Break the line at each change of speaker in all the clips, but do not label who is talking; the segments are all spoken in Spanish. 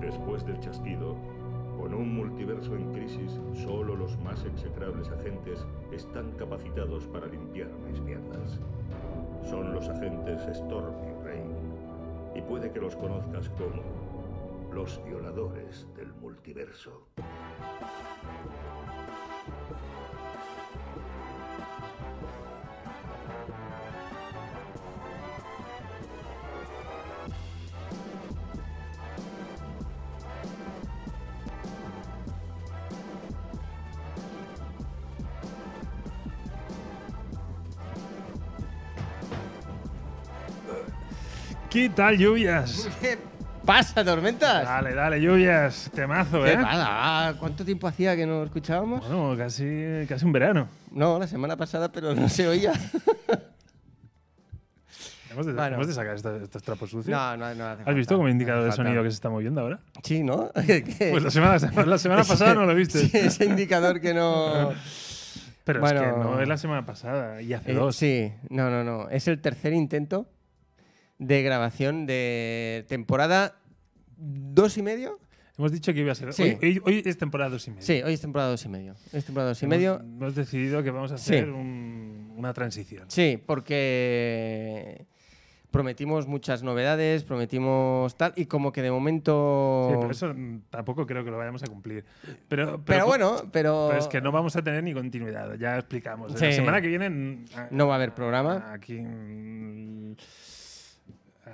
Después del chasquido, con un multiverso en crisis, solo los más execrables agentes están capacitados para limpiar mis mierdas. Son los agentes Storm y Rain, y puede que los conozcas como los violadores del multiverso.
¿Qué tal, lluvias?
¿Qué pasa, tormentas?
Dale, dale, lluvias. Temazo,
¿Qué
¿eh?
pasa? Ah, ¿Cuánto tiempo hacía que no escuchábamos?
Bueno, casi, casi un verano.
No, la semana pasada, pero no se oía.
Hemos de,
Bueno.
hemos de sacar esta- estos, trapos sucios.
No, no, no. hace
¿Has visto
falta,
como
no
indicador
hace
de
falta.
sonido que se está moviendo ahora?
Sí, ¿no? Que-
Pues la semana, la semana
ese-
pasada no lo viste.
sí, ese indicador que no.
Pero es que
bueno.
no es la semana pasada y hace
Eh,
dos.
sí, no, no, no. Es el tercer intento de grabación de temporada dos y medio.
Hemos dicho que iba a ser.
Sí.
Hoy, hoy- hoy es temporada dos y media.
Sí, hoy es temporada dos y medio. Es temporada dos y
Hemos-
medio.
Hemos, decidido que vamos a
Sí.
hacer un- una transición.
Sí, porque prometimos muchas novedades, prometimos tal, y como que de momento.
Sí, pero eso mm, tampoco creo que lo vayamos a cumplir. Pero, pero,
Oh.
pues,
Pero bueno, pero.
Pero es que no vamos a tener ni continuidad, ya explicamos. La
Sí.
semana que viene. mm, a-
No va a haber programa.
Aquí. mm,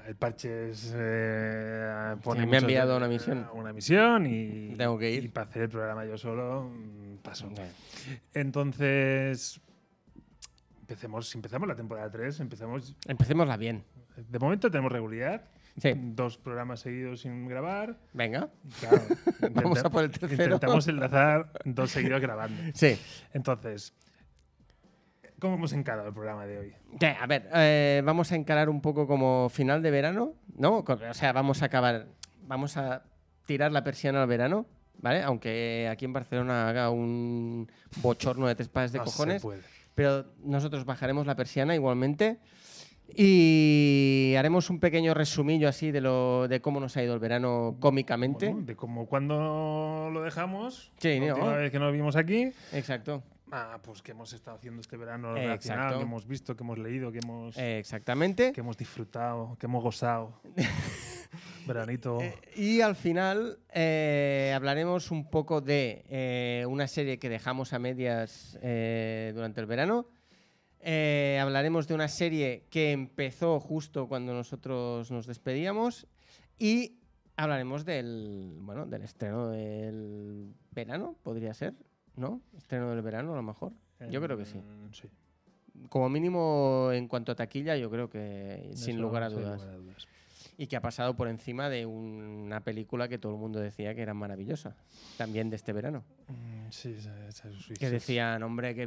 El Parches eh, pone
Sí, me ha
muchos-
enviado una misión.
Una misión y.
Tengo que ir.
Y para hacer el programa yo solo, mm, paso. Entonces. Empecemos, si empezamos la temporada 3, empezamos.
Empecémosla bien.
De momento tenemos regularidad.
Sí.
Dos programas seguidos sin grabar.
Venga.
Claro,
Vamos a por el tercero.
Intentamos enlazar dos seguidos grabando.
Sí.
Entonces, ¿cómo hemos encarado el programa de hoy?
Que, a ver, eh, vamos a encarar un poco como final de verano, ¿no? Co- O sea, vamos a acabar, vamos a tirar la persiana al verano, ¿vale? Aunque aquí en Barcelona haga un bochorno de tres pares de
No se
cojones,
puede.
pero nosotros bajaremos la persiana igualmente y haremos un pequeño resumillo así de lo de cómo nos ha ido el verano cómicamente.
Bueno, de como cuando lo dejamos,
Sí,
la
¿no?
última vez que nos vimos aquí,
Exacto,
ah, pues que hemos estado haciendo este verano
Eh,
relacionado,
exacto.
que hemos visto, que hemos leído, que hemos,
eh, exactamente.
que hemos disfrutado, que hemos gozado. Veranito.
Eh, Y al final eh, hablaremos un poco de eh, una serie que dejamos a medias eh, durante el verano. Eh, hablaremos de una serie que empezó justo cuando nosotros nos despedíamos. Y hablaremos del, bueno, del estreno del verano, podría ser, ¿no? Estreno del verano, a lo mejor. Yo creo que sí.
Mm, sí.
Como mínimo, en cuanto a taquilla, yo creo que sin
Eso,
lugar a dudas
lugar a dudas.
y que ha pasado por encima de una película que todo el mundo decía que era maravillosa, también de este verano.
Mm, Sí, esa- esa- sí,
Que
sí,
decían, hombre, qué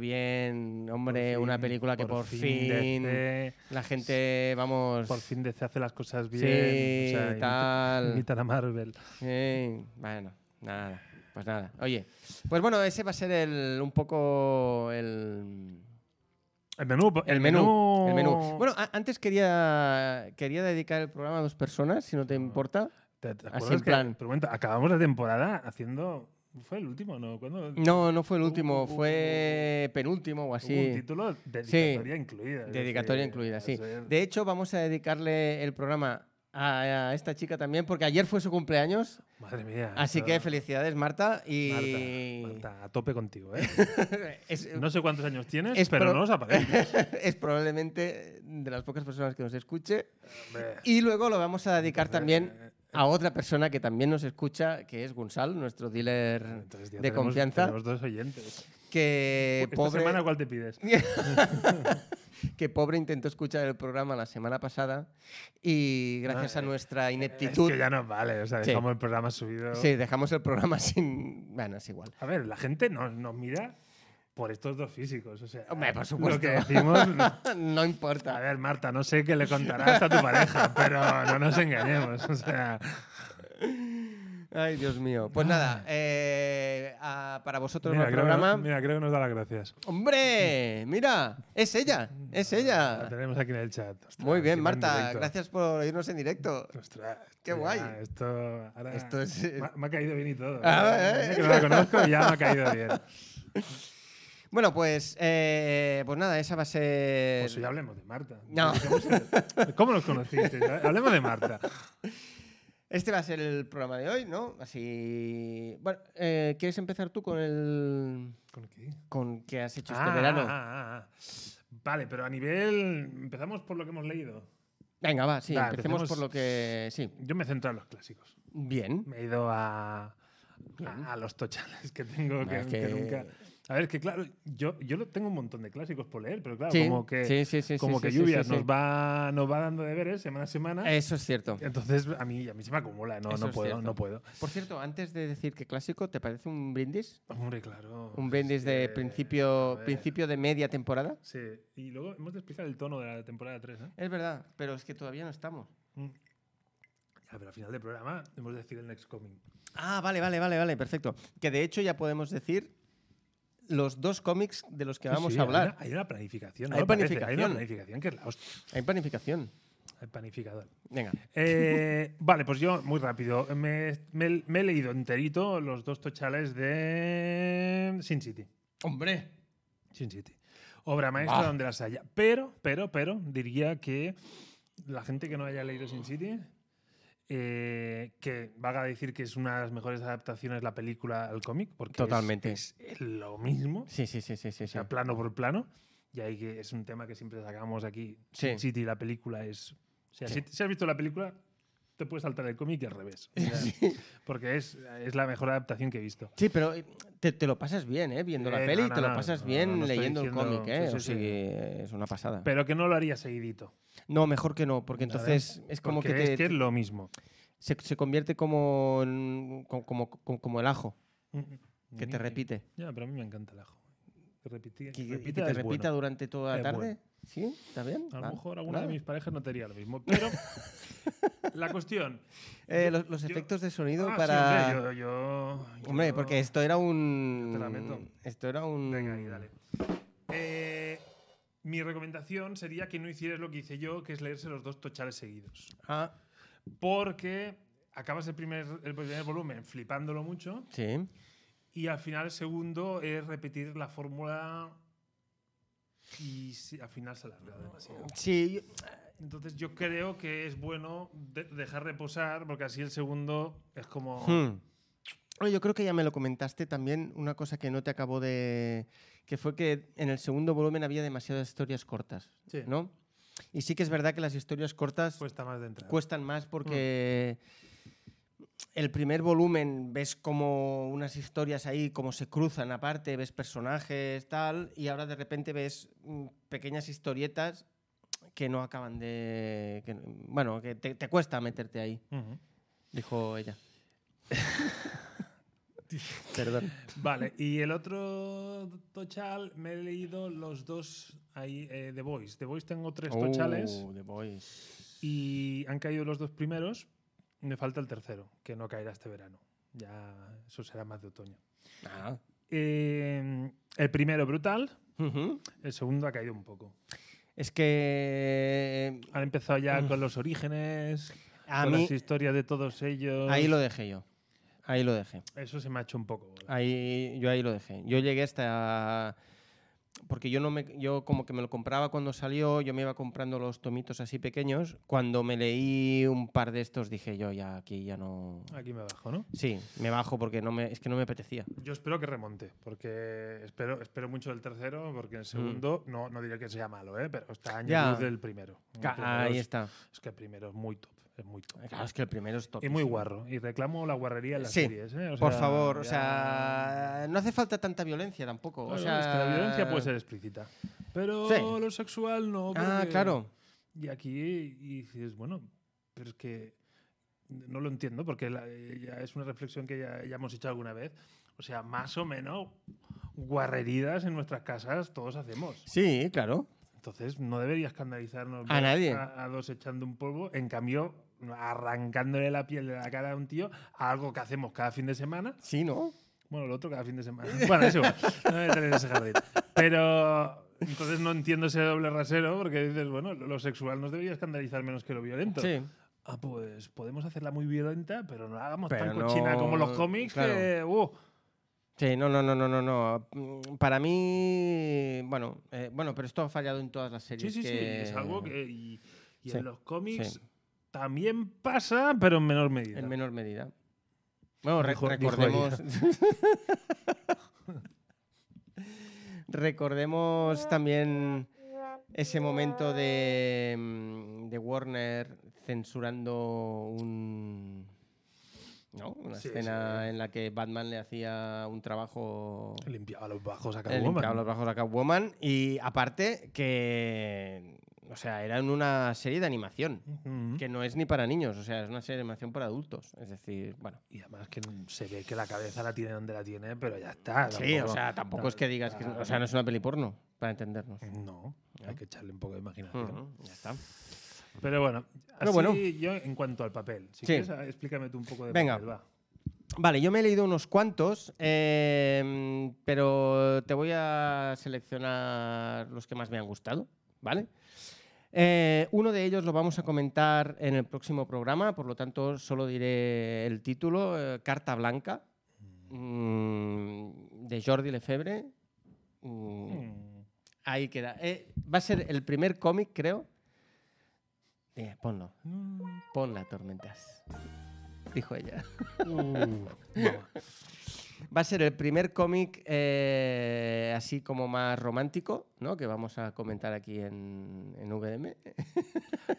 sí.
bien,
Por
hombre, una
fin,
película que por fin,
DC,
la gente, vamos,
por fin DC hace las cosas
sí,
bien. o sea, imita-
tal.
imitan a Marvel.
Sí, bueno, nada, pues nada. Oye, pues bueno, ese va a ser el, un poco el,
El menú.
el menú. El menú. Bueno, a- antes quería, quería dedicar el programa a dos personas, si no
Ah.
te importa.
¿Te, te
así
acuerdas
en
que-
plan.
pero un momento, acabamos la temporada haciendo. ¿Fue el último no? ¿Cuándo?
No, no fue el último,
Hubo-
fue penúltimo o
Hubo
así.
un título dedicatoria incluida. es
Dedicatoria
decir,
incluida,
al
sí.
ser-
De hecho, vamos a dedicarle el programa a, a esta chica también, porque ayer fue su cumpleaños.
Madre mía.
Así
esto-
que felicidades, Marta. Y
Ah, Marta, Marta, a tope contigo, ¿eh?
es,
No sé cuántos años tienes,
Es
pero
pro-
no os apareces.
es probablemente de las pocas personas que nos escuche. Y luego lo vamos a dedicar
Eh,
también a otra persona que también nos escucha, que es Gunsal, nuestro dealer
Entonces, ya
de
tenemos-
confianza,
Tenemos dos oyentes.
que
Esta
pobre...
semana, ¿cuál te pides?
que pobre intentó escuchar el programa la semana pasada y gracias a
eh,
nuestra
Es
ineptitud
que ya nos vale, o sea,
Sí.
dejamos el programa subido.
Sí, dejamos el programa sin. Bueno, es igual.
A ver, la gente nos, nos mira por estos dos físicos. O sea,
Hombre, por supuesto.
Lo que decimos.
no
A
importa.
ver, Marta, no sé qué le contarás a tu pareja, pero no nos engañemos. O sea,
Ay, Dios mío. Pues nada, eh, a- para vosotros
Ah. Mira,
el
creo,
programa.
mira, creo que nos da las gracias.
¡Hombre! Mira, es ella, es
La
ella.
tenemos aquí en el chat. Ostras,
Muy bien,
encima en
Marta.
directo.
Gracias por irnos en directo.
Ostras,
Qué
ya,
guay.
Esto, ahora-
Esto es, eh.
me, ha- me ha caído bien y todo.
Ah,
Mira
eh, eh.
que no la conozco y ya me ha caído bien.
Bueno, pues, eh, pues nada, esa va a ser.
Pues ya hablemos de Marta.
No.
¿Cómo nos conociste? Hablemos de Marta.
Este va a ser el programa de hoy, ¿no? Así. Bueno, eh, ¿quieres empezar tú con el.
¿Con qué?
con qué has hecho este
Ah,
verano?
ah, ah, ah. Vale, pero a nivel. Empezamos por lo que hemos leído.
Venga, va, sí,
Va,
empecemos
empecemos.
por lo que. Sí.
Yo me he centrado en los clásicos.
Bien.
Me he ido a, a, a los tochales que tengo que,
Ah,
que
que-
nunca. A ver, es que claro, yo, yo lo- tengo un montón de clásicos por leer, pero claro,
Sí,
como que,
sí, sí, sí,
como
sí,
que
sí, sí,
lluvias
sí.
Nos, va, nos va dando deberes semana a semana.
Eso es cierto.
Entonces a mí, a mí se me acumula, no,
Eso
no
es
puedo,
cierto.
no puedo.
Por cierto, antes de decir que clásico, ¿te parece un brindis?
Hombre, claro.
Un brindis
es
de
que, a
principio,
ver,
principio de media temporada.
Sí, y luego hemos de explicar el tono de la temporada 3, ¿eh?
Es verdad, pero es que todavía no estamos.
Ya, pero al final del programa hemos de decir el next coming.
Ah, vale, vale, vale, vale, perfecto. Que de hecho ya podemos decir los dos cómics de los que
Sí,
vamos
sí,
a
hay
hablar.
una- Hay una, planificación. ¿no?
Hay
Lo parece, Hay
planificación.
una planificación que es la hostia.
Hay planificación.
El planificador.
Venga.
Eh, vale, pues yo muy rápido. Me, me- me he leído enterito los dos tochales de Sin City.
Hombre.
Sin City. Obra maestra
Ah.
donde las haya. Pero, pero, pero, diría que la gente que no haya leído Sin City, eh, que vaga a decir que es una de las mejores adaptaciones la película al cómic, porque es-
Totalmente.
Es, lo mismo,
Sí, sí, sí, sí, sí.
o
sí.
sea, plano por plano. Y ahí que es un tema que siempre sacamos aquí.
Sí.
Sin City, la película es. O sea,
Sí.
si, si has visto la película, te puedes saltar el cómic y al revés. O sea, Porque es, es la mejor adaptación que he visto.
Sí, pero eh, te, te lo pasas bien, ¿eh? Viendo la
Eh,
peli,
no, no,
te lo
no,
pasas
no,
bien
no, no estoy
leyendo el
diciendo-
cómic,
sí,
¿eh?
sí,
o sea
sí.
que es una pasada.
Pero que no lo haría seguidito.
no, mejor que no, porque
Nada,
entonces es como
porque
que, te-
es, que es lo mismo.
se, se convierte como, en- co- como, como, como el ajo, que te
Mm.
repite.
Ya, pero a mí me encanta el ajo. Que repite,
Que,
que
que
repita
te
es bueno.
repita durante toda la
Es
tarde.
bueno.
¿Sí? ¿Está bien?
A
Ah,
lo mejor alguna
nada.
de mis parejas no te haría lo mismo. Pero la cuestión.
Eh, los, los
yo-
efectos de sonido
Ah, sí,
para...
hombre, yo, yo-
Hombre,
yo-
porque esto era
Yo te la meto.
un. Esto era un.
Venga, ahí, dale. Eh, mi recomendación sería que no hicieras lo que hice yo, que es leerse los dos tochales seguidos.
Ah,
Porque acabas el primer, el primer volumen flipándolo mucho
sí.
y al final el segundo es repetir la fórmula y si- al final se alarga demasiado.
Sí, yo-
Entonces yo creo que es bueno de- dejar reposar porque así el segundo es como...
Hmm. Oye, yo creo que ya me lo comentaste también, una cosa que no te acabó de. que fue que en el segundo volumen había demasiadas historias cortas,
Sí. Pues,
¿no? Y sí que es verdad que las historias cortas
Cuesta más de entrar.
cuestan más porque. El primer volumen ves como unas historias ahí, como se cruzan aparte, ves personajes, tal, y ahora de repente ves mm, pequeñas historietas que no acaban de... que no- bueno, que te, te cuesta meterte ahí,
Ujú.
dijo ella. Perdón.
Vale, y el otro tochal me he leído los dos ahí eh, The Voice. The Voice tengo tres tochales
Oh, The Boys.
y han caído los dos primeros. Me falta el tercero, que no caerá este verano. Ya eso será más de otoño.
Ah.
Eh, el primero brutal,
Ujú.
el segundo ha caído un poco.
Es que eh,
Han empezado ya con los orígenes,
Mm. a
con
mí
las historias de todos ellos.
ahí lo Ah. dejé yo. Ahí lo dejé.
Eso se me ha hecho un poco. bola.
Ahí, yo ahí lo dejé. Yo llegué hasta. Porque yo no me. Yo como que me lo compraba cuando salió, yo me iba comprando los tomitos así pequeños. Cuando me leí un par de estos dije yo ya aquí ya no.
Aquí me bajo, ¿no?
Sí, me bajo porque no me, es que no me apetecía.
Yo espero que remonte, porque espero, espero mucho del tercero, porque el segundo no, no diré que sea malo, ¿eh? pero está año
Mm. Ya.
luz del primero. El
Ca-
primero
ahí
es-
está.
Es que el primero es muy top, es muy top.
Claro, es que el primero es top.
Y muy guarro. Y reclamo la guarrería en las
Sí,
series. ¿eh? O
Por
sea,
favor, o
ya-
sea, no hace falta tanta violencia tampoco.
Claro,
o
es
sea,
que la violencia puede ser explícita. Pero
Sí.
lo sexual no.
Ah,
porque-
claro.
Y aquí y dices, bueno, pero es que no lo entiendo, porque la- ya es una reflexión que ya, ya hemos hecho alguna vez. O sea, más o menos guarreridas en nuestras casas todos hacemos.
Sí, claro.
Entonces, no debería escandalizarnos
A
ver
nadie.
A, a dos echando un polvo. En cambio, arrancándole la piel de la cara a un tío a algo que hacemos cada fin de semana.
Sí, ¿no?
Bueno, lo otro cada fin de semana. Bueno, es igual. No voy a entrar en ese jardín. Pero entonces no entiendo ese doble rasero porque dices, bueno, lo sexual nos debería escandalizar menos que lo violento.
Sí.
Ah, pues podemos hacerla muy violenta, pero no la hagamos tan
Pero no-
cochina como los cómics
claro.
que, uh,
Sí, no, no, no, no, no, no. Mm, Para mí, bueno, eh, bueno, pero esto ha fallado en todas las
Sí,
series.
sí, sí.
que-
Es algo que. Y, y
Sí,
en los cómics
sí.
también pasa, pero en menor medida.
En menor medida. Bueno, re-
Dijo- dijo
recordemos. recordemos también ese momento de, mm, de Warner censurando un. ¿no? Una
Sí,
escena en la que Batman le hacía un trabajo.
Limpiaba los bajos a
El
Catwoman.
limpiado los bajos a Catwoman. Y aparte que. O sea, era en una serie de animación.
Ujú.
Que no es ni para niños, o sea, es una serie de animación para adultos. Es decir, bueno.
Y además que se ve que la cabeza la tiene donde la tiene, pero ya está.
Sí, o
tampoco-
sea, tampoco es Eh, que digas que. O sea, no es una peli porno, para entendernos.
No, hay que echarle un poco de imaginación.
Ujú, ya está.
Pero bueno, así
Pero bueno.
yo en cuanto al papel. Si
Sí.
quieres, ah, explícame tú un poco de
Venga.
papel, va.
Vale, yo me he leído unos cuantos, eh, pero te voy a seleccionar los que más me han gustado, ¿vale? Eh, uno de ellos lo vamos a comentar en el próximo programa, por lo tanto solo diré el título, eh, Carta Blanca, mm, de Jordi Lefebvre. Mm,
Mm.
Ahí queda. Eh, va a ser el primer cómic, creo. Eh, ponlo,
Mm.
ponla, tormentas. Dijo ella. Mm.
Uh, mamá.
Va a ser el primer cómic eh, así como más romántico, ¿no? Que vamos a comentar aquí en, en VDM.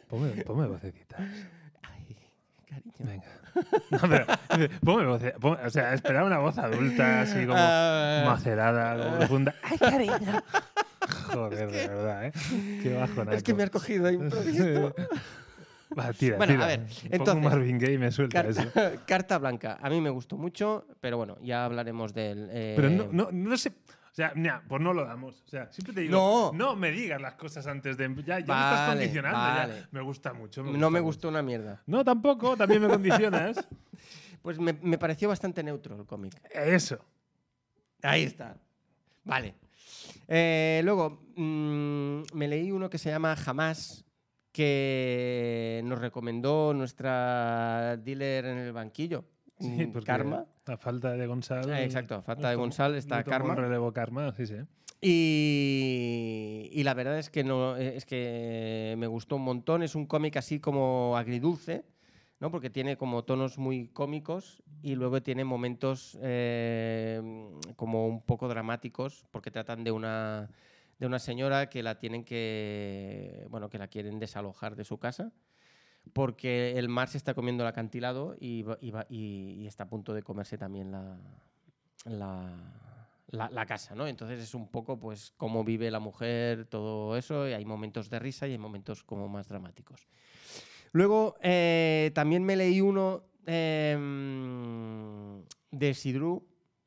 Ponme, ponme vocecita.
Ay, cariño.
Venga. No, pero, dice, ponme voce- ponme- o sea, esperaba una voz adulta, así como
Ah,
macerada, como profunda. ¡Ay, cariño! Joder, de verdad, ¿eh? Qué bajonaco.
es que me has cogido de improviso.
Va, tira,
Bueno, a
tira.
ver,
Pongo
entonces,
Marvin Gaye y me suelta eso.
Carta, Carta blanca. A mí me gustó mucho, pero bueno, ya hablaremos del. eh,
Pero no, no, no sé. O sea, mira, pues no lo damos. O sea, siempre te digo,
No.
no, me digas las cosas antes de. Ya, ya me estás
Vale,
condicionando.
vale.
Ya. Me gusta mucho.
no
gusta
me gustó una mierda.
mucho. No, tampoco, también me condicionas.
Pues me, me pareció bastante neutro el cómic.
Eso.
Ahí está. Vale. Eh, luego, mm, me leí uno que se llama Jamás, que nos recomendó nuestra dealer en el banquillo,
Sí,
mm,
porque
Karma.
A falta de Gonzalo.
Ah, exacto, a falta de Gonzalo está
le tomó el
Karma.
relevo Karma, sí, sí.
Y, y la verdad es que, no, eh, es que me gustó un montón. Es un cómic así como agridulce, ¿no? porque tiene como tonos muy cómicos y luego tiene momentos eh, como un poco dramáticos porque tratan de una, de una señora que la tienen que, bueno, que la quieren desalojar de su casa porque el mar se está comiendo el acantilado y, va- y va- y- y está a punto de comerse también la, la, la- la casa, ¿no? Entonces es un poco pues cómo vive la mujer, todo eso, y hay momentos de risa y hay momentos como más dramáticos. Luego eh, también me leí uno em, de Sidru,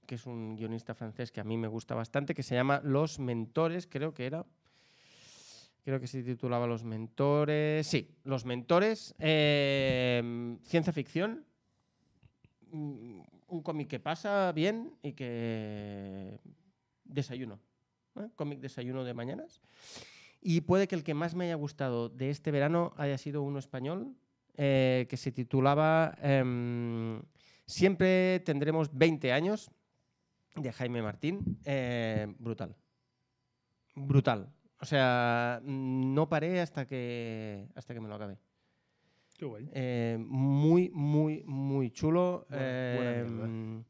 que es un guionista francés que a mí me gusta bastante, que se llama Los Mentores, creo que era. Creo que se titulaba Los Mentores. Sí, Los Mentores. em, ciencia ficción. Mm, Un cómic que pasa bien y que. Desayuno. ¿eh? Cómic desayuno de mañanas. Y puede que el que más me haya gustado de este verano haya sido uno español eh, que se titulaba em, Siempre tendremos 20 años de Jaime Martín. Eh, brutal. Brutal. O sea, mm, no paré hasta que, hasta que me lo acabé.
Qué guay.
Eh, muy, muy, muy chulo.
Buena- buena
Eh,
mierda.
mm,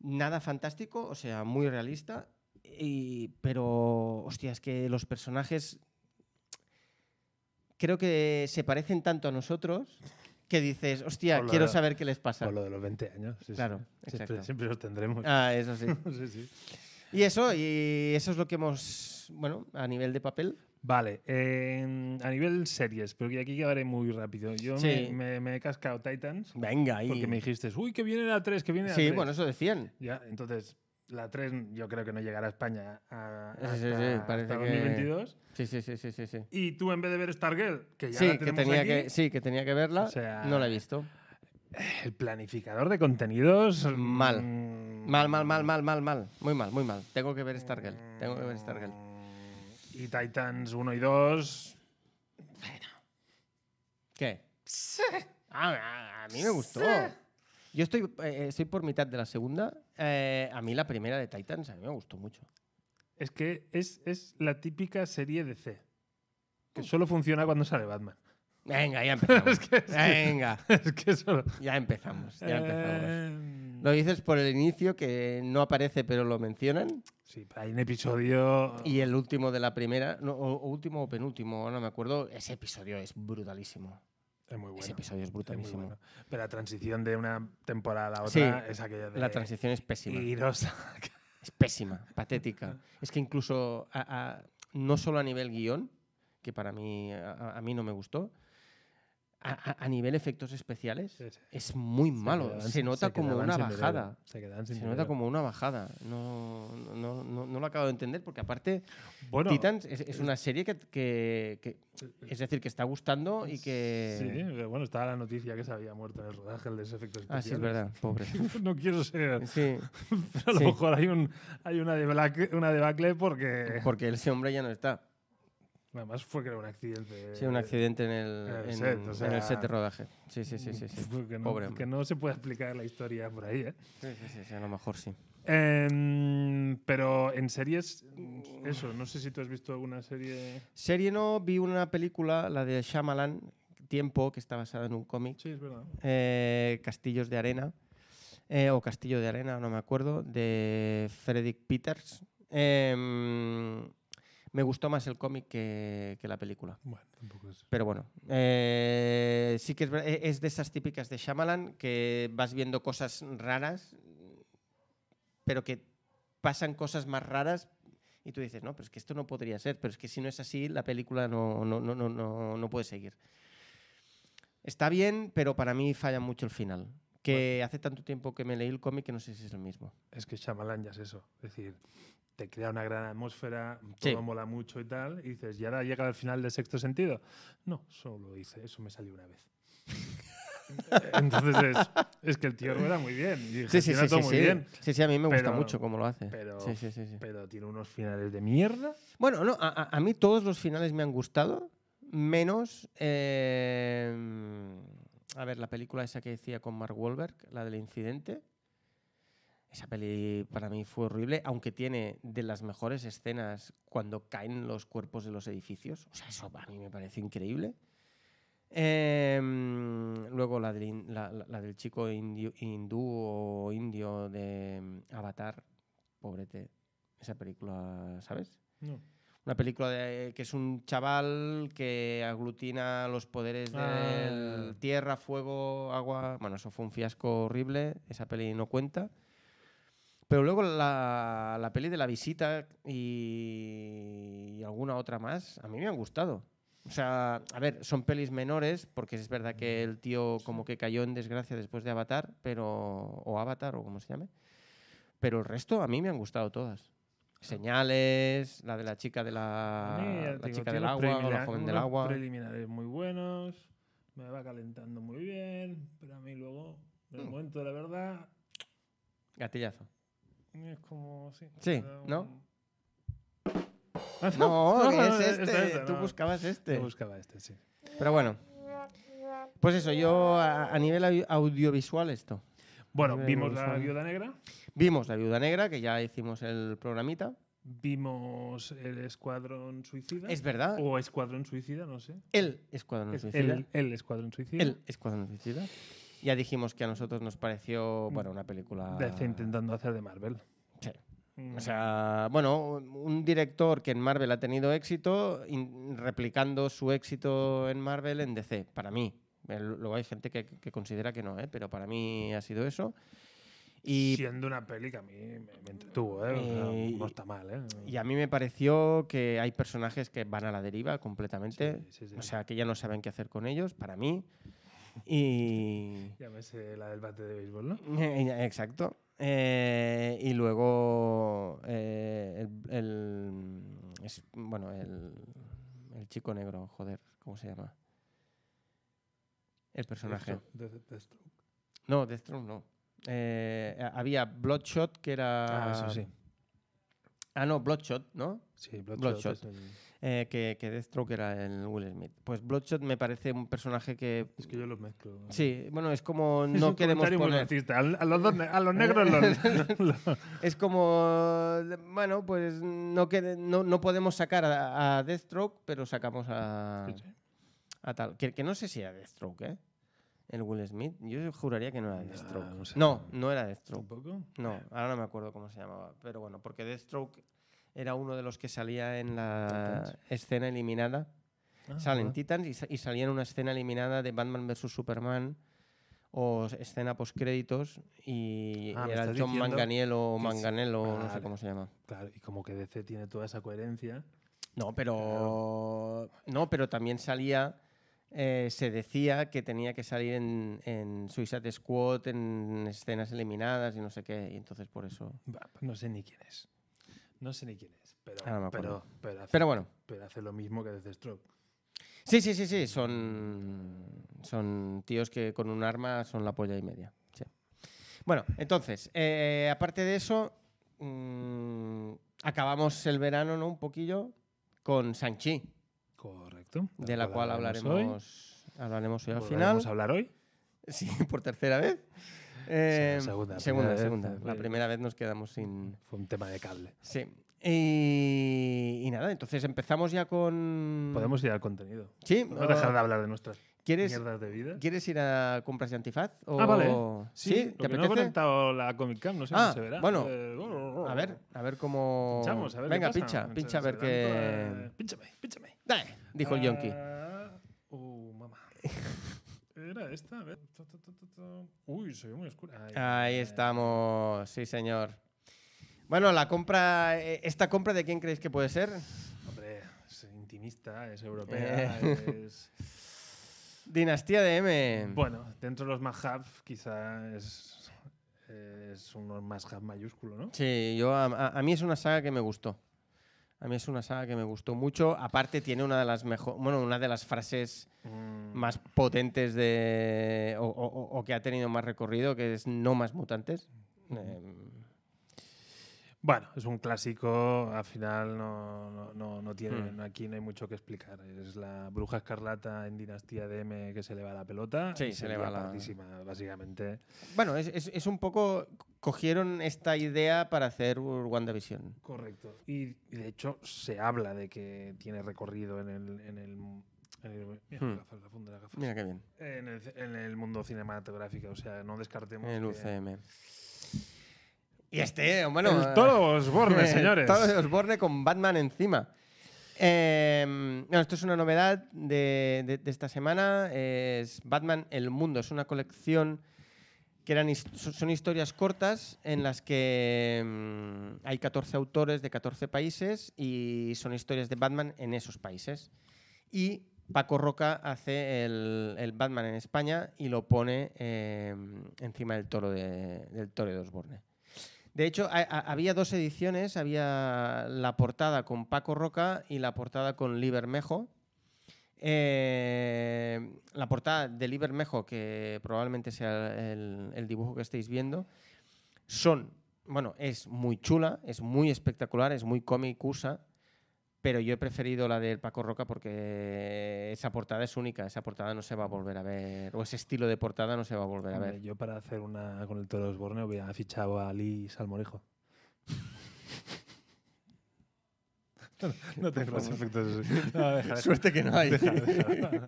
nada fantástico, o sea, muy realista. Y, pero, hostia, es que los personajes creo que se parecen tanto a nosotros que dices, hostia,
Por lo
quiero
de-
saber qué les pasa.
Por lo de los 20 años. sí, sí.
Claro,
Siempre,
exacto.
siempre los tendremos.
Ah, eso sí.
Sí, sí.
Y eso, y eso es lo que hemos, bueno, a nivel de papel.
Vale, en- a nivel series, porque aquí quedaré muy rápido. Yo
Sí.
me, me- me he cascado Titans
Venga, ahí.
porque me dijiste, uy, que viene la 3, que viene la
Sí,
3".
bueno, eso decían.
Ya, entonces La 3 yo creo que no llegará a España a-
Sí, sí,
hasta,
sí,
hasta
parece que-
2022.
Sí, sí, sí, sí, sí. Sí,
Y tú en vez de ver Stargirl, que ya
sí
la
que,
tenemos
tenía
aquí,
que, sí, que tenía que verla.
O sea,
no la he visto.
el planificador de contenidos...
Mal.
mm,
Mal, mal, mal, mal, mal, mal. Muy mal, muy mal. Tengo que ver Stargirl. Tengo que ver Stargirl.
mm, Y Titans 1 y 2...
¿Qué? A, a- a mí me gustó. Yo estoy, eh, estoy por mitad de la segunda. Eh, a mí la primera de Titans a mí me gustó mucho.
Es que es, es la típica serie de C. Que solo funciona cuando sale Batman.
Venga, ya empezamos. Venga,
es que solo...
ya empezamos. Ya empezamos.
Em,
Lo dices por el inicio, que no aparece pero lo mencionan.
Sí, pero hay un episodio...
Y el último de la primera, no, o, o último o penúltimo, no me acuerdo. Ese episodio es brutalísimo.
Es muy bueno.
Ese episodio es
es muy
brutalísimo.
bueno. Pero la transición de una temporada a la otra
Sí,
es aquella de...
La transición es pésima.
iros-
Es pésima, patética. Es que incluso a- a- no solo a nivel guión, que para mí a- a, a mí no me gustó, a, a- a nivel efectos especiales
Sí, sí.
es muy malo.
quedaban
Se
sin-
nota como
quedaban
una
sin dinero.
bajada.
Se quedaban sin
Se nota
dinero.
como una bajada. No, no, no- no lo acabo de entender porque aparte
Bueno,
Titans es, es una serie que, que- que- es decir que está gustando y que
Sí, pero bueno, estaba la noticia que se había muerto en el rodaje el de esos efectos
ah sí es
especiales.
verdad pobre
No quiero ser.
sí
Pero a lo
Sí.
mejor hay, un, hay una, debacle, una debacle porque.
porque ese hombre ya no está
Además, fue creo un accidente.
sí un accidente en
en
el,
el
en-
set, o
en
sea-
el set de rodaje sí sí sí sí, sí.
Que no,
Pobre
que
hombre.
no se puede explicar la historia por ahí, ¿eh?
Sí, sí, sí, sí, a lo mejor sí.
Em, pero en series, mm, eso, no sé si tú has visto alguna serie.
Serie no, vi una película, la de Shyamalan, Tiempo, que está basada en un cómic,
Sí, es verdad.
eh, Castillos de Arena, eh, o Castillo de Arena, no me acuerdo, de Frederick Peters. Em, me gustó más el cómic que, que la película.
Bueno, tampoco es.
Pero bueno, eh, sí que es, ver- es de esas típicas de Shyamalan que vas viendo cosas raras, pero que pasan cosas más raras y tú dices, no, pero es que esto no podría ser, pero es que si no es así, la película no, no, no, no, no, no puede seguir. Está bien, pero para mí falla mucho el final. Que hace tanto tiempo que me leí el cómic que no sé si es el mismo.
Es que Shyamalan ya es eso. Es decir, te crea una gran atmósfera,
Sí.
todo mola mucho y tal, y dices, ¿y ahora llega al final de sexto sentido? No, solo hice, eso me salió una vez. Entonces es, es que el tío rueda muy bien. Y gestiona todo muy
sí.
bien.
Sí, sí, a mí me gusta
Pero-
mucho cómo lo hace.
pero-
Sí, sí, sí, sí.
Pero tiene unos finales de mierda.
Bueno, no, a, a- a mí todos los finales me han gustado, menos. eh, a ver, la película esa que decía con Mark Wahlberg, la del incidente. Esa peli para mí fue horrible, aunque tiene de las mejores escenas cuando caen los cuerpos de los edificios. O sea, eso a mí me parece increíble. Eh, luego la del, in- la- la- la del chico indio- hindú o indio de mm, Avatar, pobrete. Esa película, ¿sabes?
No.
Una película de- que es un chaval que aglutina los poderes de
Ah.
tierra, fuego, agua. Bueno, eso fue un fiasco horrible. Esa peli no cuenta. Pero luego la, la peli de la visita y, y alguna otra más, a mí me han gustado. O sea, a ver, son pelis menores, porque es verdad que el tío como que cayó en desgracia después de Avatar, pero. o Avatar, o como se llame. Pero el resto a mí me han gustado todas. Señales, la de la chica de la,
A mí, ya
la
te digo,
chica
tiene
del
unos
agua o la
preliminar-
joven del
unos
agua.
preliminares muy buenos. Me va calentando muy bien. Pero a mí luego, en el
Mm.
momento de la verdad,
Gatillazo.
es como. Sí,
Sí,
me da
¿no?
un- Ah,
No, que es
esta-
este.
esta,
Tú
no.
buscabas este.
Yo buscaba este, sí.
Pero bueno. Pues eso, yo a, a nivel au- audiovisual esto.
Bueno,
Nivel
vimos la
audiovisual.
viuda negra,
Vimos La Viuda Negra, que ya hicimos el programita.
vimos el escuadrón suicida.
Es verdad,
o escuadrón suicida, no sé.
el Escuadrón
Es
Suicida.
El, el escuadrón suicida.
El Escuadrón Suicida. Ya dijimos que a nosotros nos pareció,
Mm.
bueno, una película...
DC intentando hacer de Marvel.
Sí.
Mm.
O sea, bueno, un director que en Marvel ha tenido éxito, in- replicando su éxito en Marvel en DC, para mí. Eh, Luego hay gente que, que considera que no, ¿eh? pero para mí ha sido eso. Y
siendo una peli que a mí me, me entretuvo, ¿eh? O sea,
Eh,
no está mal, ¿eh?
Y a mí me pareció que hay personajes que van a la deriva completamente.
Sí, sí, sí.
O sea, que ya no saben qué hacer con ellos, para mí. Y.
Ya me sé la del bate de béisbol, ¿no?
Exacto. eh, y luego eh, el, el- es- bueno, el, el chico negro, joder, ¿cómo se llama? El personaje.
Deathstroke, Death- Deathstroke.
No, Deathstroke no. Eh, a- había Bloodshot, que era...
Ah, eso sí.
Ah, no, Bloodshot, ¿no?
Sí,
Bloodshot.
Bloodshot. Es, el-
Eh, que, que Deathstroke era el Will Smith. Pues Bloodshot me parece un personaje que...
es que yo los mezclo.
Sí, bueno, es como
Es
no
un
queremos
comentario muy
poner...
racista. Al- A los, dos ne- a los negros los- los-
Es como, de- bueno, pues no, quede- no, no podemos sacar a, a Deathstroke, pero sacamos a,
Sí, sí.
a tal. Que, que no sé si era Deathstroke, ¿eh? El Will Smith. Yo juraría que no era
No,
Deathstroke. No,
no sé.
no, era Deathstroke.
¿Tampoco?
No, ahora no me acuerdo cómo se llamaba. Pero bueno, porque Deathstroke era uno de los que salía en la
Titans.
escena eliminada.
Ah,
Salen
joder.
Titans y, sa- y salía en una escena eliminada de Batman vs. Superman o s- escena postcréditos y
Ah, me
era
estás
John
diciendo
Manganiel o
que sí.
Manganello, no sé
Vale.
cómo se llama.
Claro, y como que DC tiene toda esa coherencia.
No, pero no, pero también salía eh, se decía que tenía que salir en, en Suicide Squad en escenas eliminadas y no sé qué, y entonces por eso.
Va, No sé ni quién es. No sé ni quién es. Pero,
Ahora Ah, me acuerdo.
pero, pero, hace,
Pero bueno,
pero hace lo mismo que Deathstroke.
sí, sí, sí, sí, son son tíos que con un arma son la polla y media. sí. Bueno, entonces, eh, aparte de eso, mm, acabamos el verano, ¿no? Un poquillo con Sanchi,
Correcto.
de la cual hablaremos hablaremos hoy al final.
¿Vamos a hablar hoy?
Sí, por tercera vez. Eh,
segunda,
segunda,
primera
segunda.
vez,
La
sí.
primera vez nos quedamos sin.
Fue un tema de cable.
Sí. Y, y nada, entonces empezamos ya con.
Podemos ir al contenido.
Sí,
¿Podemos
o-
dejar de hablar de nuestras
Mm. ¿quieres,
mierdas de vida?
¿Quieres ir a compras de antifaz?
Ah, vale.
O- ¿Sí?
lo que
¿Te
no he
apetece?
conectado la Comic Cam, no sé
Ah,
si se verá.
bueno.
Eh,
a ver, a ver cómo.
pinchamos, a ver qué
Venga,
pasa. eh,
pincha,
Se-
pincha a
se
ver
dan
qué.
todas- Pínchame, pínchame.
Dale, dijo el Yonki.
Ah, Uh, mamá. Era esta, a ver. Tu, tu, tu, tu, tu. Uy, se ve muy oscura. Ahí,
Ahí estamos, sí, señor. Bueno, la compra. eh, ¿Esta compra de quién creéis que puede ser?
Hombre, es intimista, es europea,
Eh.
es...
Dinastía de M.
Bueno, dentro de los mashup quizá es, es un mashup mayúsculo, ¿no?
Sí, yo a, a- a mí es una saga que me gustó. A mí es una saga que me gustó mucho. Aparte tiene una de las mejor, bueno, una de las frases
Mm,
más potentes de o, o- o- o que ha tenido más recorrido, que es no más mutantes. Eh,
Bueno, es un clásico, al final no, no, no, no tiene,
Mm.
no- aquí no hay mucho que explicar. Es la bruja escarlata en Dinastía de M que se le va la pelota.
Sí,
y
se le va
lía
la-
pardísima, básicamente.
bueno, es, es- es un poco cogieron esta idea para hacer WandaVision.
Correcto. Y, y de hecho se habla de que tiene recorrido en el... En el, en el- mira,
Hmm.
gafas, la funda de las gafas.
Mira qué bien.
En el, en el mundo cinematográfico, o sea, no descartemos.
El
que-
UCM. Y este, bueno,
el Toro Osborne,
Eh,
señores.
Todo de Osborne con Batman encima. Eh, no, esto es una novedad de, de- de esta semana. eh, Es Batman El Mundo. Es una colección que eran his- so- son historias cortas en las que mm, hay 14 autores de 14 países y son historias de Batman en esos países. Y Paco Roca hace el, el Batman en España y lo pone eh, encima del toro de, del toro de Osborne. De hecho, ha- ha- había dos ediciones, había la portada con Paco Roca y la portada con Libermejo. Eh, la portada de Libermejo, que probablemente sea el, el dibujo que estáis viendo, son, bueno, es muy chula, es muy espectacular, es muy comicusa, pero yo he preferido la del Paco Roca porque esa portada es única, esa portada no se va a volver a ver, o ese estilo de portada no se va a volver a
Hombre,
ver.
Yo para hacer una con el Toro Osborne hubiera fichado a Lee Salmorejo. No, no tengo los efectos. No, deja, deja.
Suerte que no hay.
Deja, deja.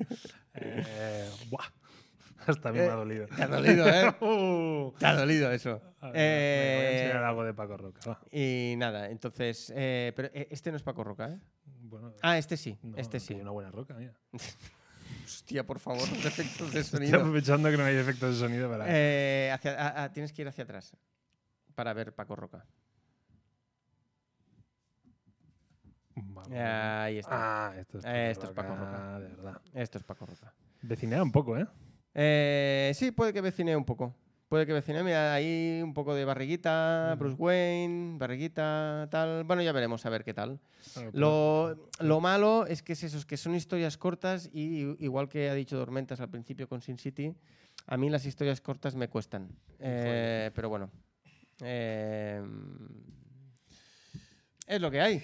Eh, buah. Hasta a mí me
Eh,
ha dolido.
Te ha dolido, ¿eh?
Uh.
Te ha dolido eso.
A ver,
Eh,
me voy a enseñar algo de Paco Roca. va.
y nada, entonces. eh, pero eh, este no es Paco Roca, ¿eh?
Bueno,
Ah, este sí.
no,
este
que
sí.
hay Una buena roca, mira.
Hostia, por favor, los efectos de
Estoy
sonido.
aprovechando que no hay efectos de sonido para.
Eh, hacia- ah, ah, tienes que ir hacia atrás para ver Paco Roca.
Vamos.
Eh, Ahí está.
Ah, esto es Paco,
Eh, esto es Paco Roca.
Roca, de verdad.
Esto es Paco Roca.
Vecinea un poco, ¿eh?
Eh, sí, puede que vecine un poco. Puede que vecina, mira, ahí un poco de barriguita, Bruce Wayne, barriguita, tal. Bueno, ya veremos a ver qué tal.
Claro,
Lo, lo malo es que es esos que son historias cortas y i- igual que ha dicho Dormentas al principio con Sin City, a mí las historias cortas me cuestan. Eh, pero bueno. Eh, es lo que hay.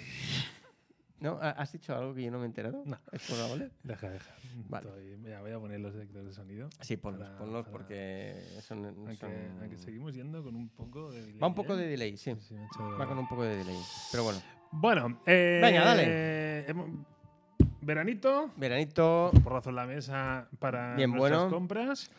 ¿No? ¿Ha- ¿Has dicho algo que yo no me he enterado?
No.
¿Es probable?
Deja, deja. Mm,
Vale.
Estoy- mira, voy a poner los detectores de sonido.
Sí, ponlos,
Para-
ponlos
para-
porque son,
Aunque,
son-
aunque seguimos yendo con un poco de delay.
Va un poco
¿eh?
de delay, sí.
Sí, sí, me ha hecho-
Va con un poco de delay. Pero bueno.
Bueno, eh,
Venga, dale.
hemo- Veranito,
Veranito.
porrazo en la mesa para
Bien
nuestras
bueno.
compras.